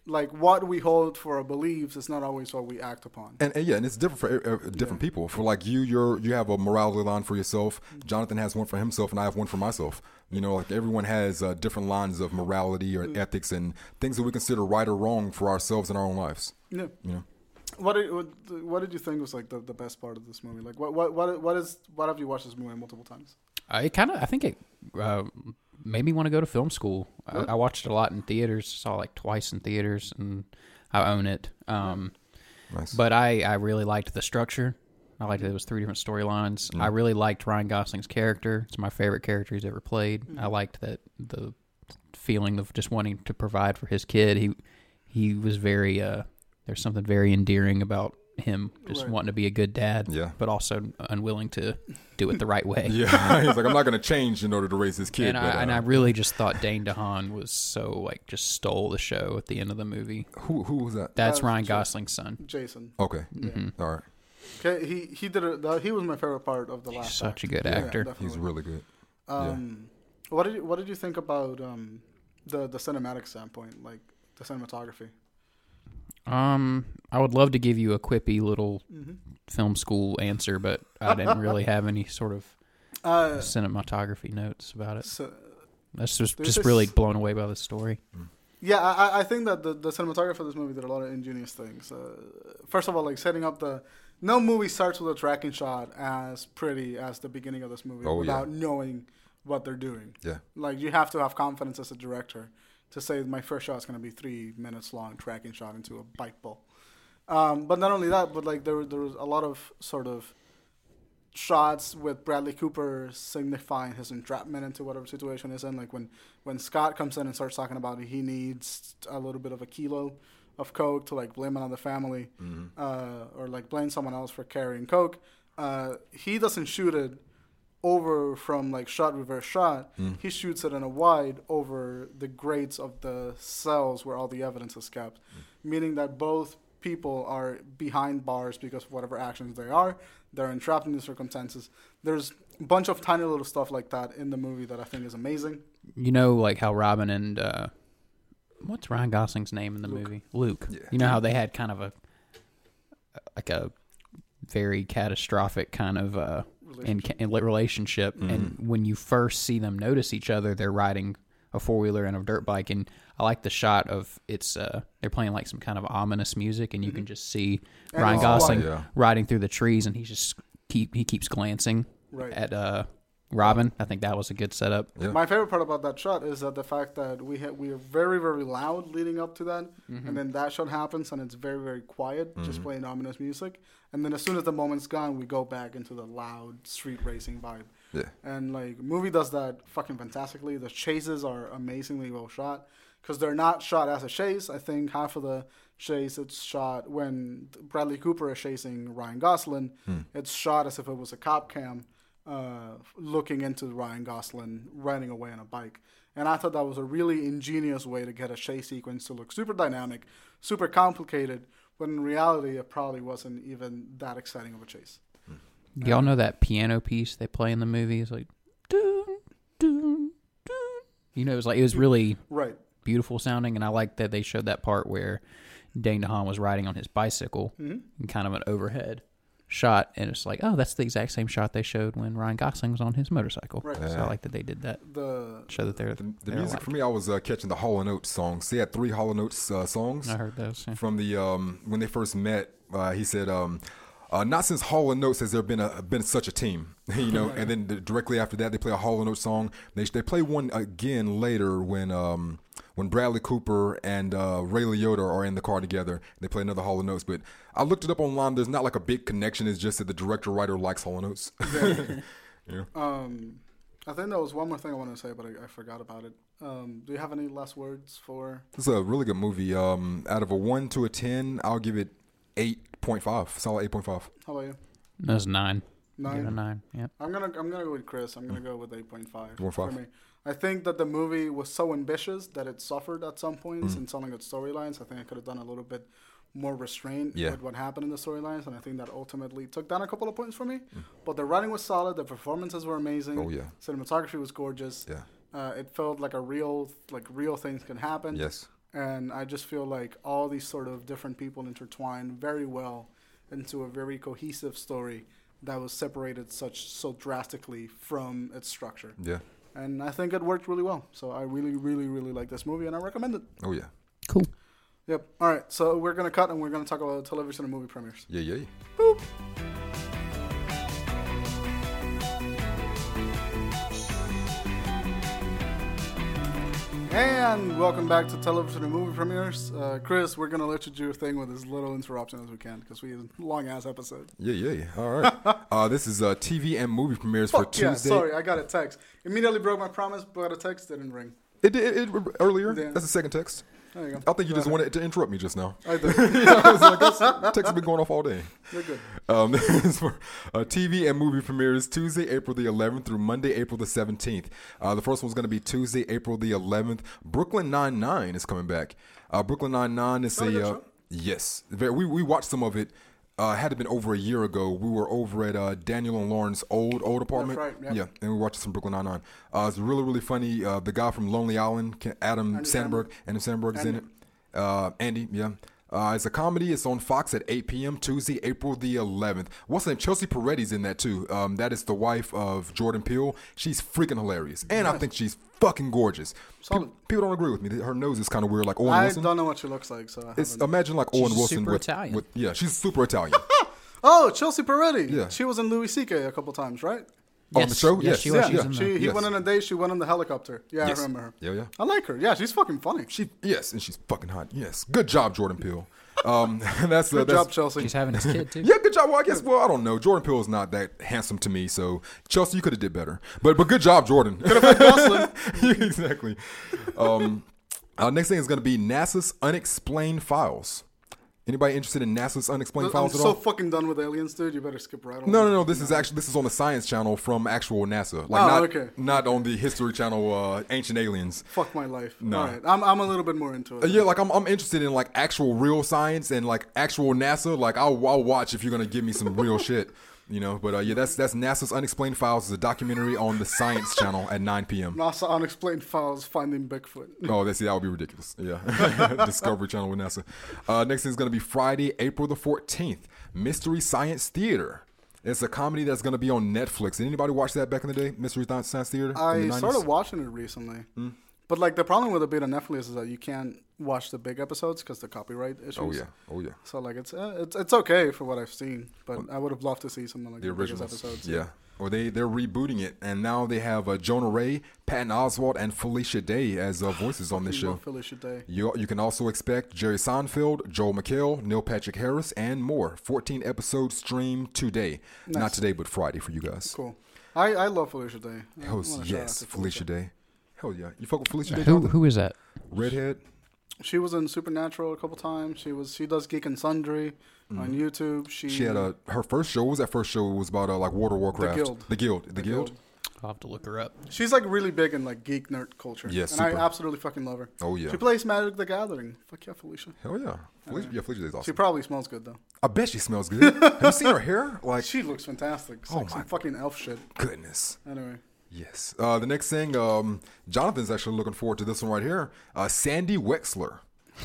like what we hold for our beliefs is not always what we act upon. and, and yeah, and it's different for uh, uh, different people. For like you, you're you have a morality line for yourself. Jonathan has one for himself, and I have one for myself. You know, like everyone has uh, different lines of morality or ethics and things that we consider right or wrong for ourselves in our own lives. Yeah. You know, What, did- what what did you think was like the, the best part of this movie? Like what what what what is what have you watched this movie multiple times? Uh, it kind of, I think it uh, made me want to go to film school. I, I watched it a lot in theaters, saw it like twice in theaters, and I own it. Um, nice. But I, I really liked the structure. I liked that it was three different storylines. Mm. I really liked Ryan Gosling's character. It's my favorite character he's ever played. Mm. I liked that the feeling of just wanting to provide for his kid. He he was very uh there's something very endearing about him just wanting to be a good dad, Yeah. but also unwilling to do it the right way. Yeah, he's like, I'm not going to change in order to raise this kid. And I, but, uh, and I really just thought Dane DeHaan was so like just stole the show at the end of the movie. who who was that? That's Uh, Ryan Gosling's son. Jason. Okay, Mm-hmm. All right, Okay, he he did a, that, he was my favorite part of the last. Such a act. good Yeah, actor. definitely. he's really good. Um, What did you What did you think about um, the the cinematic standpoint, like the cinematography? Um, I would love to give you a quippy little Mm-hmm. film school answer, but I didn't really have any sort of Uh, cinematography notes about it. so, That's just There's just this- really blown away by the story. yeah, I, I- I think that the, the cinematographer for this movie did a lot of ingenious things. Uh, first of all, like setting up the no movie starts with a tracking shot as pretty as the beginning of this movie Oh, yeah. without knowing what they're doing. Yeah, Like you have to have confidence as a director to say my first shot's going to be three minutes long tracking shot into a bike ball. Um, but not only that, but like there were- there was a lot of sort of shots with Bradley Cooper signifying his entrapment into whatever situation he's in. Like when when Scott comes in and starts talking about he needs a little bit of a kilo of coke to like blame it on the family uh, or like blame someone else for carrying coke. Uh, he doesn't shoot it over from like shot reverse shot. He shoots it in a wide over the grates of the cells where all the evidence is kept, meaning that both people are behind bars because of whatever actions they are. They're entrapped in the circumstances. There's a bunch of tiny little stuff like that in the movie that I think is amazing. You know, like how Robin and uh, what's Ryan Gosling's name in the movie? Luke. You know how they had kind of a like a very catastrophic kind of uh, relationship, in, relationship. and when you first see them notice each other, they're riding a four wheeler and a dirt bike, and I like the shot of it's uh, they're playing like some kind of ominous music, and you can just see And Ryan it's Gosling white. Yeah. riding through the trees, and he's just keep he keeps glancing Right. at uh, Robin. I think that was a good setup. Yeah. My favorite part about that shot is that the fact that we ha- we are very very loud leading up to that, and then that shot happens and it's very very quiet, just playing ominous music, and then as soon as the moment's gone, we go back into the loud street racing vibe. Yeah. And like movie does that fucking fantastically. The chases are amazingly well shot because they're not shot as a chase. I think half of the chase it's shot when Bradley Cooper is chasing Ryan Gosling. It's shot as if it was a cop cam uh, looking into Ryan Gosling running away on a bike. And I thought that was a really ingenious way to get a chase sequence to look super dynamic, super complicated, when in reality it probably wasn't even that exciting of a chase. Do y'all know that piano piece they play in the movie? It's like, dun, dun, dun. you know, it was like it was really Right. beautiful sounding, and I like that they showed that part where Dane DeHaan was riding on his bicycle Mm-hmm. in kind of an overhead shot, and it's like, oh, that's the exact same shot they showed when Ryan Gosling was on his motorcycle. Right. So I like that they did that. The Show that they're The, the they're music alike. for me, I was uh, catching the Hall and Oates songs. He had three Hall and Oates uh, songs. I heard those. yeah. from the um, when they first met. Uh, he said, um, uh, "Not since Hall and Oates has there been a been such a team, you know." And then d- directly after that, they play a Hall and Oates song. They they play one again later when um, when Bradley Cooper and uh, Ray Liotta are in the car together. They play another Hall and Oates, but I looked it up online. There's not like a big connection. It's just that the director writer likes Hall and Oates. Um, I think there was one more thing I wanted to say, but I, I forgot about it. Um, do you have any last words for? It's a really good movie. Um, out of a one to a ten, I'll give it eight point five. Solid eight point five. How about you? That was nine. Nine. Give it a nine. Yep. I'm gonna I'm gonna go with Chris. I'm gonna go with 8.5 for One five. me. I think that the movie was so ambitious that it suffered at some points Mm-hmm. in telling its storylines. I think I could have done a little bit more restraint Yeah. with what happened in the storylines, and I think that ultimately took down a couple of points for me. But the writing was solid. The performances were amazing. Mm. Oh, yeah. Cinematography was gorgeous. Yeah. Uh, it felt like a real like real things can happen. Yes. and I just feel like all these sort of different people intertwined very well into a very cohesive story that was separated such so drastically from its structure. Yeah. And I think it worked really well. So I really, really, really like this movie, and I recommend it. Oh yeah. Cool. Yep. All right. So we're gonna cut, and we're gonna talk about television and movie premieres. Yeah. Yeah. yeah. And welcome back to television and movie premieres. Uh, Chris, we're gonna let you do your thing with as little interruption as we can because we long ass episode. Yeah, yeah, yeah. All right. uh, this is uh, TV and movie premieres for Fuck Tuesday. yeah! Sorry, I got a text. Immediately broke my promise, but a text didn't ring. It did it, it, earlier. Yeah. That's the second text. There you go. I think you just wanted to interrupt me just now. I did. Text has been going off all day. You're good. Um, it's for, uh, TV and movie premieres Tuesday, April the 11th through Monday, April the 17th. Uh, the first one's going to be Tuesday, April the 11th. Brooklyn Nine Nine is coming back. Uh, Brooklyn Nine Nine is a good a uh, show. yes. Very- We we watched some of it. Uh, had it been over a year ago, we were over at uh, Daniel and Lauren's old old apartment. right, yeah. Yeah, and we watched some Brooklyn Nine Nine. Uh, it's really really funny. Uh, the guy from Lonely Island, Ca- Adam Sandberg, Adam Sandberg is in it. Uh, Andy, yeah. Uh, it's a comedy. It's on Fox at 8 p.m. Tuesday, April the 11th. What's her name? Chelsea Peretti's in that too. Um, that is the wife of Jordan Peele. She's freaking hilarious, and I think she's fucking gorgeous. Pe- Solid. people don't agree with me. Her nose is kind of weird, like Owen I Wilson. don't know what she looks like, so I It's haven't. imagine like Owen Wilson super with, Italian. with- yeah, she's super Italian. Oh, Chelsea Peretti. Yeah. She was in Louis C.K. a couple times, right? on the show, yes, yes, she was. yeah, She was yeah. in the- She he Yes. went on a date. She went on the helicopter. Yeah, Yes. I remember her. Yeah, yeah. I like her. Yeah, she's fucking funny. She yes, and she's fucking hot. Yes, good job, Jordan Peele. Um, that's uh, Good that's, job, Chelsea. She's having his kid too. Yeah, good job. Well, I guess. Well, I don't know. Jordan Peele is not that handsome to me, so Chelsea, you could have did better. But but good job, Jordan. Gosling. exactly. Um, uh, next thing is going to be NASA's unexplained files. Anybody interested in NASA's unexplained I'm files at Uh, so all? fucking done with aliens, dude. You better skip right on. no, no, no. This is actually this is on the Science Channel from actual NASA. Like Oh, not okay. not on the History Channel uh, Ancient Aliens. Fuck my life. All right, I'm I'm a little bit more into it. Uh, Yeah, like I'm, I'm interested in like actual real science and like actual NASA. Like I'll, I'll watch if you're gonna give me some real shit, you know. But uh, yeah, that's that's NASA's Unexplained Files is a documentary on the Science Channel at 9 p.m. NASA unexplained files finding Bigfoot. Oh, that's that would be ridiculous. Yeah, Discovery Channel with NASA. Uh, next thing is gonna be Friday, April the 14th, Mystery Science Theater. It's a comedy that's gonna be on Netflix. Did anybody watch that back in the day, Mystery Science Theater? in I the Hmm. 90s? started watching it recently, but like the problem with it being on Netflix is that you can't watch the big episodes because the copyright issues. Oh yeah, oh yeah. So like it's uh, it's it's okay for what I've seen, but I would have loved to see something like the the biggest original episodes. Yeah. Or they they're rebooting it, and now they have uh, Jonah Ray, Patton Oswalt, and Felicia Day as uh, voices on this You know, show. Philly should they- You you can also expect Jerry Seinfeld, Joel McHale, Neil Patrick Harris, and more. Fourteen episodes stream today, not today but Friday for you guys. Cool. I, I love Felicia Day. I Hell wanna shout out yes, to Felicia Day. Hell yeah, you fuck with Felicia Day, Who Jonathan? who is that? redhead. She was in Supernatural a couple times. She was she does Geek and Sundry on YouTube. She, Mm-hmm. She had uh, a her first show. What was that first show? It was about uh, like World of Warcraft. Guild. The Guild. The, Guild. Guild. I'll have to look her up. she's like really big in like geek nerd culture. Yeah, and super. I absolutely fucking love her. Oh yeah. She plays Magic the Gathering. Fuck yeah, Felicia. Hell yeah. Felicia, yeah, Felicia Day's She awesome. probably smells good though. I bet she smells good. Have you seen her hair? Like She looks fantastic. It's Oh like my- some fucking elf shit. goodness. Anyway, Yes. Uh, the next thing, um, Jonathan's actually looking forward to this one right here. Uh, Sandy Wexler.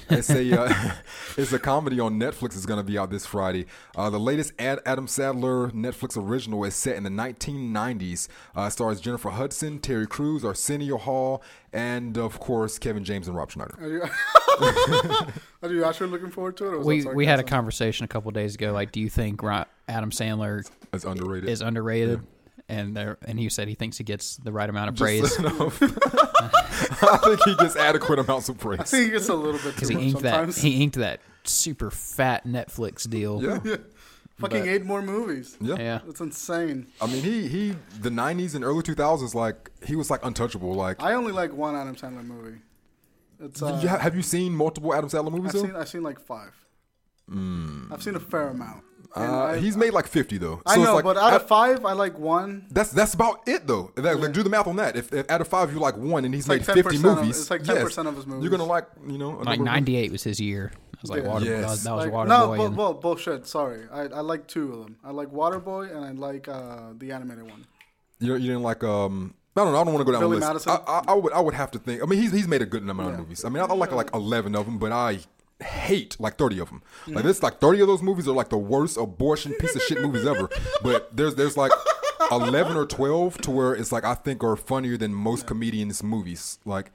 It's a uh, it's a comedy on Netflix. is going to be out this Friday. Uh, the latest Ad- Adam Sadler Netflix original is set in the 1990s. Uh, stars Jennifer Hudson, Terry Crews, Arsenio Hall, and of course Kevin James and Rob Schneider. are you are you actually looking forward to it? Or was We that we had a sarcasm? conversation a couple days ago. Like, do you think Ro- Adam Sandler It's underrated. is underrated? And there, and he said he thinks he gets the right amount of praise Just enough. I think he gets adequate amounts of I praise. think it's a little bit because too he much inked sometimes. that he inked that super fat Netflix deal. Yeah, fucking but- eight more movies. yeah. yeah. That's insane. I mean, he he the '90s and early 2000s, like he was like untouchable. Like, I only like one Adam Sandler movie. It's uh, you ha- have you seen multiple Adam Sandler movies? I've Though seen I've seen like five. Hmm. I've seen a fair amount. And uh, I, he's made like 50 though. I So it's know, like, but out at- of five, I like one. that's that's about it though. That- like, do the math on that. If, if out of five you like one, and he's like made 10% 50 of- movies, it's like yes, 10% of his movies. You're gonna like you know a Like number of- '98 was his year. I was like Yeah. Waterboy. That Yes. was, that was Like, Waterboy. no, bu- and- bu- bullshit. Sorry, I, I like two of them. I like Waterboy and I like uh, the animated one. You, you didn't like um. I don't know. I don't want to go down Billy the list. Madison? I, I, I would I would have to think. I mean, he's he's made a good amount of Yeah. movies. I mean, I, I like like 11 of them, but I hate like 30 of them. Like this, like 30 of those movies are like the worst abortion piece of shit movies ever. But there's there's like 11 or 12 to where it's like I think are funnier than most comedians' movies. Like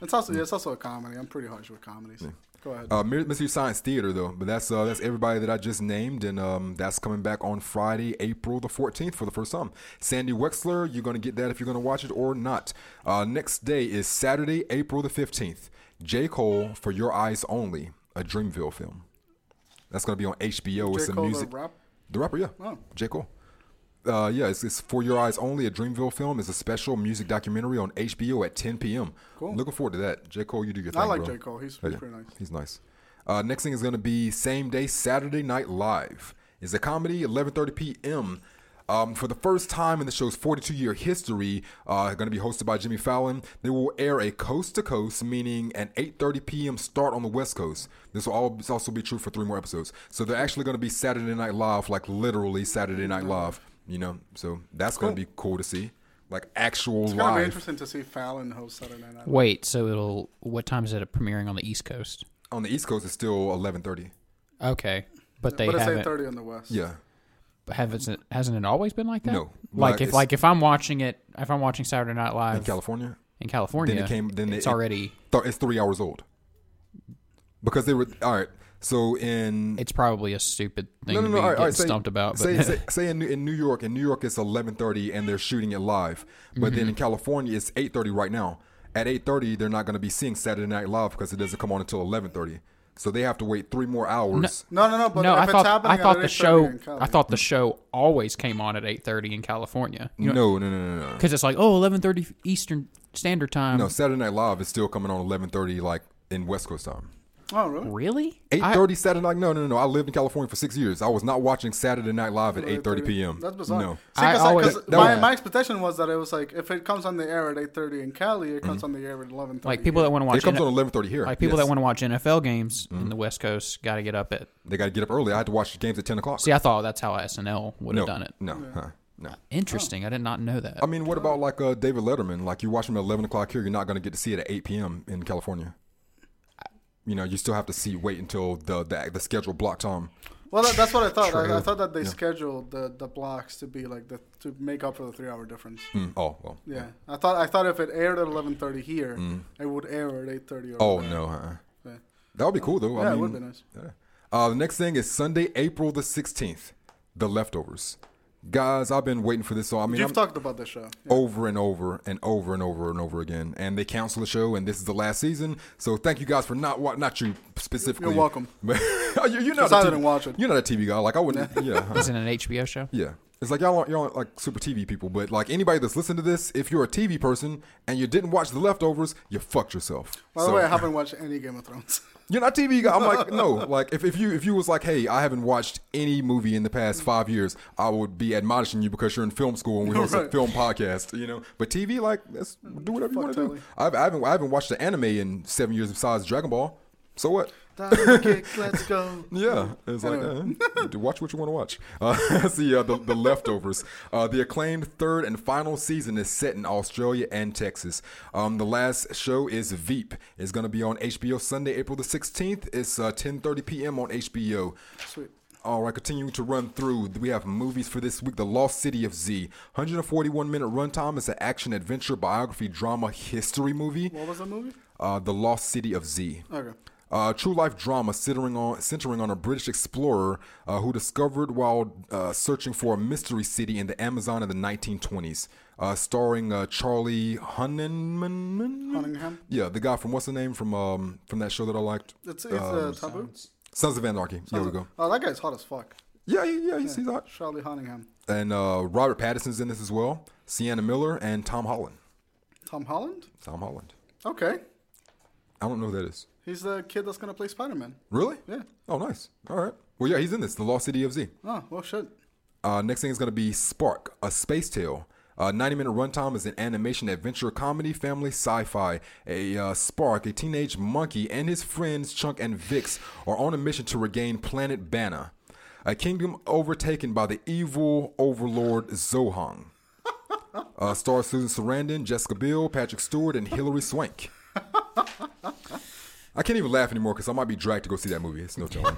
It's also Hmm. it's also a comedy. I'm pretty harsh with comedies. Go ahead. uh, Mystery Mystery Science Theater though, but that's uh, that's everybody that I just named, and um, that's coming back on Friday, April the fourteenth for the first time. Sandy Wexler, you're gonna get that if you're gonna watch it or not. Uh, next day is Saturday, April the fifteenth. J Cole for Your Eyes Only, a Dreamville film. That's gonna be on HBO. J. it's a Cole, the music. rap? The rapper, yeah. Oh. J Cole. Uh, yeah, it's, it's for your eyes only. A Dreamville film is a special music documentary on HBO at 10 p.m. Cool. Looking forward to that. J Cole, you do your thing. I like bro. J Cole. He's Yeah, pretty nice. He's nice. Uh, next thing is going to be same day Saturday Night Live. It's a comedy, 11:30 p.m. Um, for the first time in the show's 42-year history, uh, going to be hosted by Jimmy Fallon. They will air a coast to coast, meaning an 8:30 p.m. start on the West Coast. This will all, this also be true for three more episodes. So they're actually going to be Saturday Night Live, like literally Saturday Night Live. You know, so that's going to be cool to see, like actual It's gonna be live interesting to see Fallon host Saturday Night. Live. Wait, so it'll what time is it premiering on the East Coast? on the East Coast. It's still 11:30. Okay, but they but it's eight haven't. thirty on the West. Yeah. Haven't hasn't it always been like that? No. Like, Like, if it's- like if I'm watching it, if I'm watching Saturday Night Live In California, in California, Then it came- then it's it- already th- it's three hours old because they were all right. So in it's probably a stupid thing no no to no be all right, all getting right say, stumped about. But say, say, say in, New- in New York in New York it's eleven thirty and they're shooting it live, but Mm-hmm. then in California it's eight thirty right now. At eight thirty they're not going to be seeing Saturday Night Live because it doesn't come on until eleven thirty. So they have to wait three more hours. No, no, no. But no, if I it's thought happening I at thought the 8:30 show in Cali- I thought the show always came on at eight thirty in California. You know, No no no no no. because it's like oh 11.30 Eastern Standard Time. No Saturday Night Live is still coming on eleven thirty like in West Coast time. Oh, really? Really? Eight I- thirty Saturday night. No, no, no, no. I lived in California for six years. I was not watching Saturday Night Live at eight thirty p.m. That's bizarre. No, See, 'cause I I- always- 'cause That my, was- my expectation was that it was like if it comes on the air at eight thirty in Cali, it Mm-hmm. comes on the air at eleven thirty. Like people that want to it watch comes N- on eleven thirty here. like people Yes. that want to watch NFL games Mm-hmm. in the West Coast got to get up at. They got to get up early. I had to watch the games at ten o'clock. See, I thought that's how SNL would no, have done it. No, huh, no. Interesting. I did not know that. I mean, what about like uh, David Letterman? Like you watch him at eleven o'clock here, you're not going to get to see it at eight p.m. in California. You know, you still have to see wait until the the, um, the scheduled block time. Well, that, that's what I thought. I, I True. thought that they scheduled the, the blocks to be like the to make up for the three hour difference. Mm, oh well. Yeah, I thought I thought if it aired at eleven thirty here, it would air at eight thirty. Mm-hmm. Oh no. huh. Yeah. That would be cool though. yeah, I mean, it would be nice. Yeah. Uh, the next thing is Sunday, April the sixteenth. The leftovers, guys. I've been waiting for this. So I mean, You've I'm- Oh, talked about this show. Yeah. over and over and over and over and over again. And they cancel the show, and this is the last season. So thank you guys for not wa- not you specifically. You're welcome. But you- you're not. Because a I TV didn't watch it. You're not a TV guy. Like I wouldn't. yeah. huh. is it an HBO show? Yeah. It's like y'all aren't, y'all aren't like super TV people, but like anybody that's listening to this, if you're a TV person and you didn't watch The Leftovers, you fucked yourself. By the So- way, I haven't watched any Game of Thrones. you're not a TV guy. I'm like, no. Like, if, if you if you was like, hey, I haven't watched any movie in the past five years, I would be admonishing you because you're in film school and we host a Right. film podcast, you know. But TV, like, that's, do whatever Fuck you want to Telly. do. I've, I haven't I haven't watched the anime in seven years besides Dragon Ball. So what? Diamond kick, let's go. Yeah, it's like Anyway. eh, do- watch what you want to watch. Uh, that's the uh, the, the leftovers. Uh, the acclaimed third and final season is set in Australia and Texas. Um, the last show is Veep. It's going to be on HBO Sunday, April the sixteenth. It's uh, ten thirty p.m. on HBO. Sweet. All right, continuing to run through, we have movies for this week. The Lost City of Z, 141 minute runtime. It's an action adventure biography drama history movie. What was the movie? Uh, the Lost City of Z. Okay. Uh, true life drama centering on centering on a British explorer uh, who discovered while uh, searching for a mystery city in the Amazon in the 1920s, uh, starring uh, Charlie Hunnam. Cunningham. Yeah, the guy from what's the name from um, from that show that I liked, It's it's uh, taboo. Sons of Anarchy. There Um, we go. Oh, that guy's hot as fuck. Yeah, yeah, yeah, he's, he's hot. Charlie Cunningham. And uh, Robert Pattinson's in this as well. Sienna Miller and Tom Holland. Tom Holland. Tom Holland. Okay, I don't know who that is. he's the kid that's gonna play Spider Man. Really? Yeah. Oh, nice. All right. Well, yeah, he's in this. The Lost City of Z. Oh well, shit. Uh, next thing is going to be Spark, a space tale. Uh, 90 minute runtime is an animation adventure comedy family sci fi. A uh, Spark, a teenage monkey, and his friends Chunk and Vix are on a mission to regain planet Banna, a kingdom overtaken by the evil overlord Zohong. Uh, stars Susan Sarandon, Jessica Biel, Patrick Stewart, and Hilary Swank. I can't even laugh anymore because I might be dragged to go see that movie. It's no telling.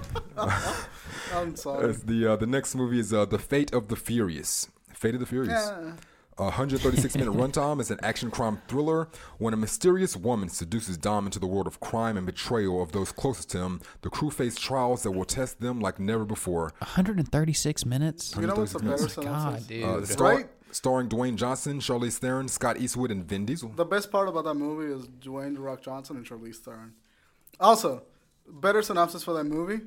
I'm sorry. As the uh, the next movie is uh, the Fate of the Furious. Fate of the Furious. Yeah. A 136 minute runtime is an action crime thriller when a mysterious woman seduces Dom into the world of crime and betrayal of those closest to him. The crew face trials that will test them like never before. Uh, 136 minutes? You know what's the better synopsis? God, dude. Uh, star- Right? Starring Dwayne Johnson, Charlize Theron, Scott Eastwood, and Vin Diesel. The best part about that movie is Dwayne The Rock Johnson and Charlize Theron. Also, better synopsis for that movie: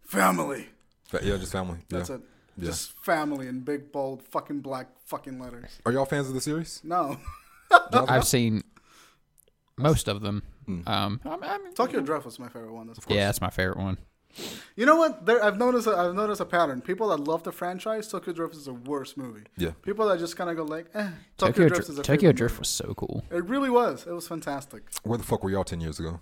family. Fa- yeah, just family. That's Hmm? yeah. it. Just family in big, bold, fucking black fucking letters. Are y'all fans of the series? No. I've seen most of them. Mm. Um, I'm, I'm, Tokyo Drift was my favorite one. That's yeah, that's my favorite one. You know what? There, I've noticed. A, I've noticed a pattern. People that love the franchise, Tokyo Drift is the worst movie. Yeah. People that just kind of go like, eh, Tokyo, Tokyo, Drift Dr- is a Tokyo favorite Drift was so cool. movie. It really was. It was fantastic. Where the fuck were y'all ten years ago?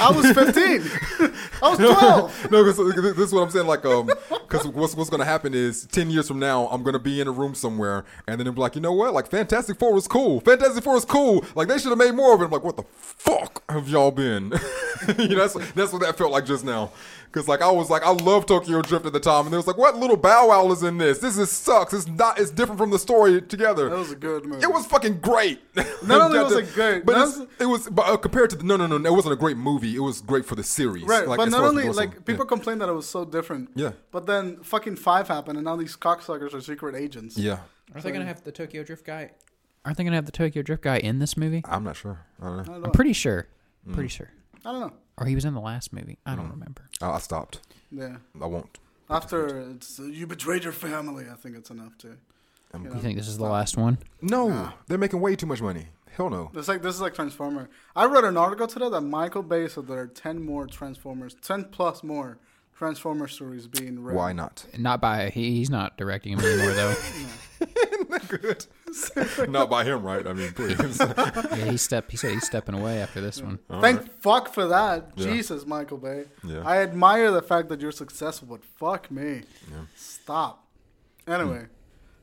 I was 15. I was 12. no, because this is what I'm saying. Like, um, because what's what's gonna happen is ten years from now, I'm gonna be in a room somewhere, and then I'm like, you know what? Like, Fantastic Four was cool. Fantastic Four is cool. Like, they should have made more of it. I'm like, what the fuck have y'all been? you know, that's that's what that felt like just now. Because like I was like, I love Tokyo Drift at the time, and it was like, what little Bow Wow is in this? This is sucks. It's not. It's different from the story together. That was a good movie. It was fucking great. Not only was it good, but not- it's, it was but, uh, compared to the, no, no, no, no, it wasn't a great movie. It was great for the series, Right, Like, but as not far as only endorsement. like people complain that it was so different. Yeah. But then fucking five happened, and now these cocksuckers are secret agents. yeah. yeah, Are they gonna have the Tokyo Drift guy? Aren't they gonna have the Tokyo Drift guy in this movie? I'm not sure. I don't know. I'm pretty sure. Pretty Mm. sure. I don't know. Or he was in the last movie. I Mm. don't remember. Uh, I, I stopped. Yeah. I won't. After it's you betrayed your family, I think it's enough too. You think this is the last one? No, they're making way too much money. Hell no. It's like this is like Transformer. I read an article today that Michael Bay said there are ten more Transformers, ten plus more Transformer stories being written. Why not? Not by he, he's not directing him anymore though. Good. not by him, right? I mean, please. yeah, he stepped. He said he's stepping away after this one. Thank fuck for that. Jesus, Michael Bay. Yeah. I admire the fact that you're successful, but fuck me. Stop. Hmm. Anyway,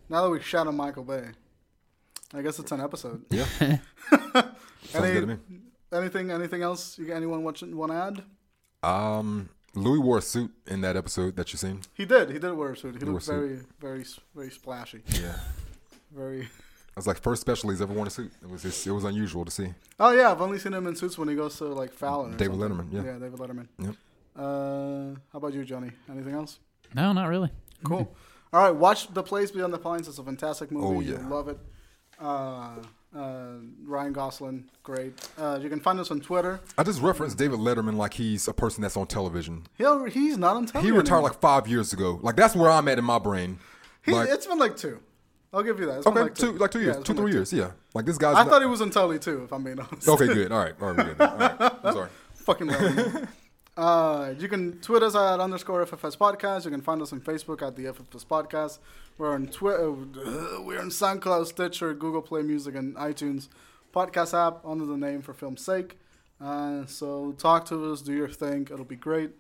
now that we've shot on Michael Bay, I guess it's an episode. yeah. Sounds good to me. Anything? Anything else? You, anyone watching? Want to add? Um, Louis wore a suit in that episode that you seen. He did. He did wear a suit. He wore a looked suit. very, very, s- very splashy. Yeah. Very. I was like, first special he's ever worn a suit. It was just, it was unusual to see. Oh yeah, I've only seen him in suits when he goes to like Fallon. or David something. Letterman, yeah. Yeah, David Letterman. Yep. Uh, how about you, Johnny? Anything else? No, not really. Cool. All right, watch The Place Beyond the Pines. It's a fantastic movie. Oh, You yeah. love it. Uh, uh, Ryan Gosling, great. Uh, you can find us on Twitter. I just referenced David Letterman like he's a person that's on television. He'll, he's not on television. He retired like five years ago. Like that's where I'm at in my brain. like, it's been like two. I'll give you that. It's been okay, like two, two, like two years, Yeah, it's two, been three like years. Yeah, like this guy's. I not- thought he was on Telly too, if I'm being honest. okay, good. All right, all right, we're good. All right. I'm sorry. Fucking love him. Uh, you can tweet us at underscore FFS podcast. You can find us on Facebook at the FFS podcast. We're on Twitter. We're on SoundCloud, Stitcher, Google Play Music, and iTunes podcast app under the name for film's sake. Uh, so talk to us, do your thing. It'll be great.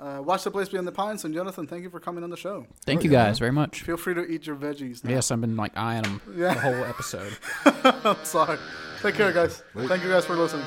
Uh, watch the place beyond the pines. And Jonathan, thank you for coming on the show. Thank Oh, you yeah. guys very much. Feel free to eat your veggies. Now. Yes, I've been like eyeing him Yeah. the whole episode. I'm sorry. Take care, guys. Thank you guys for listening.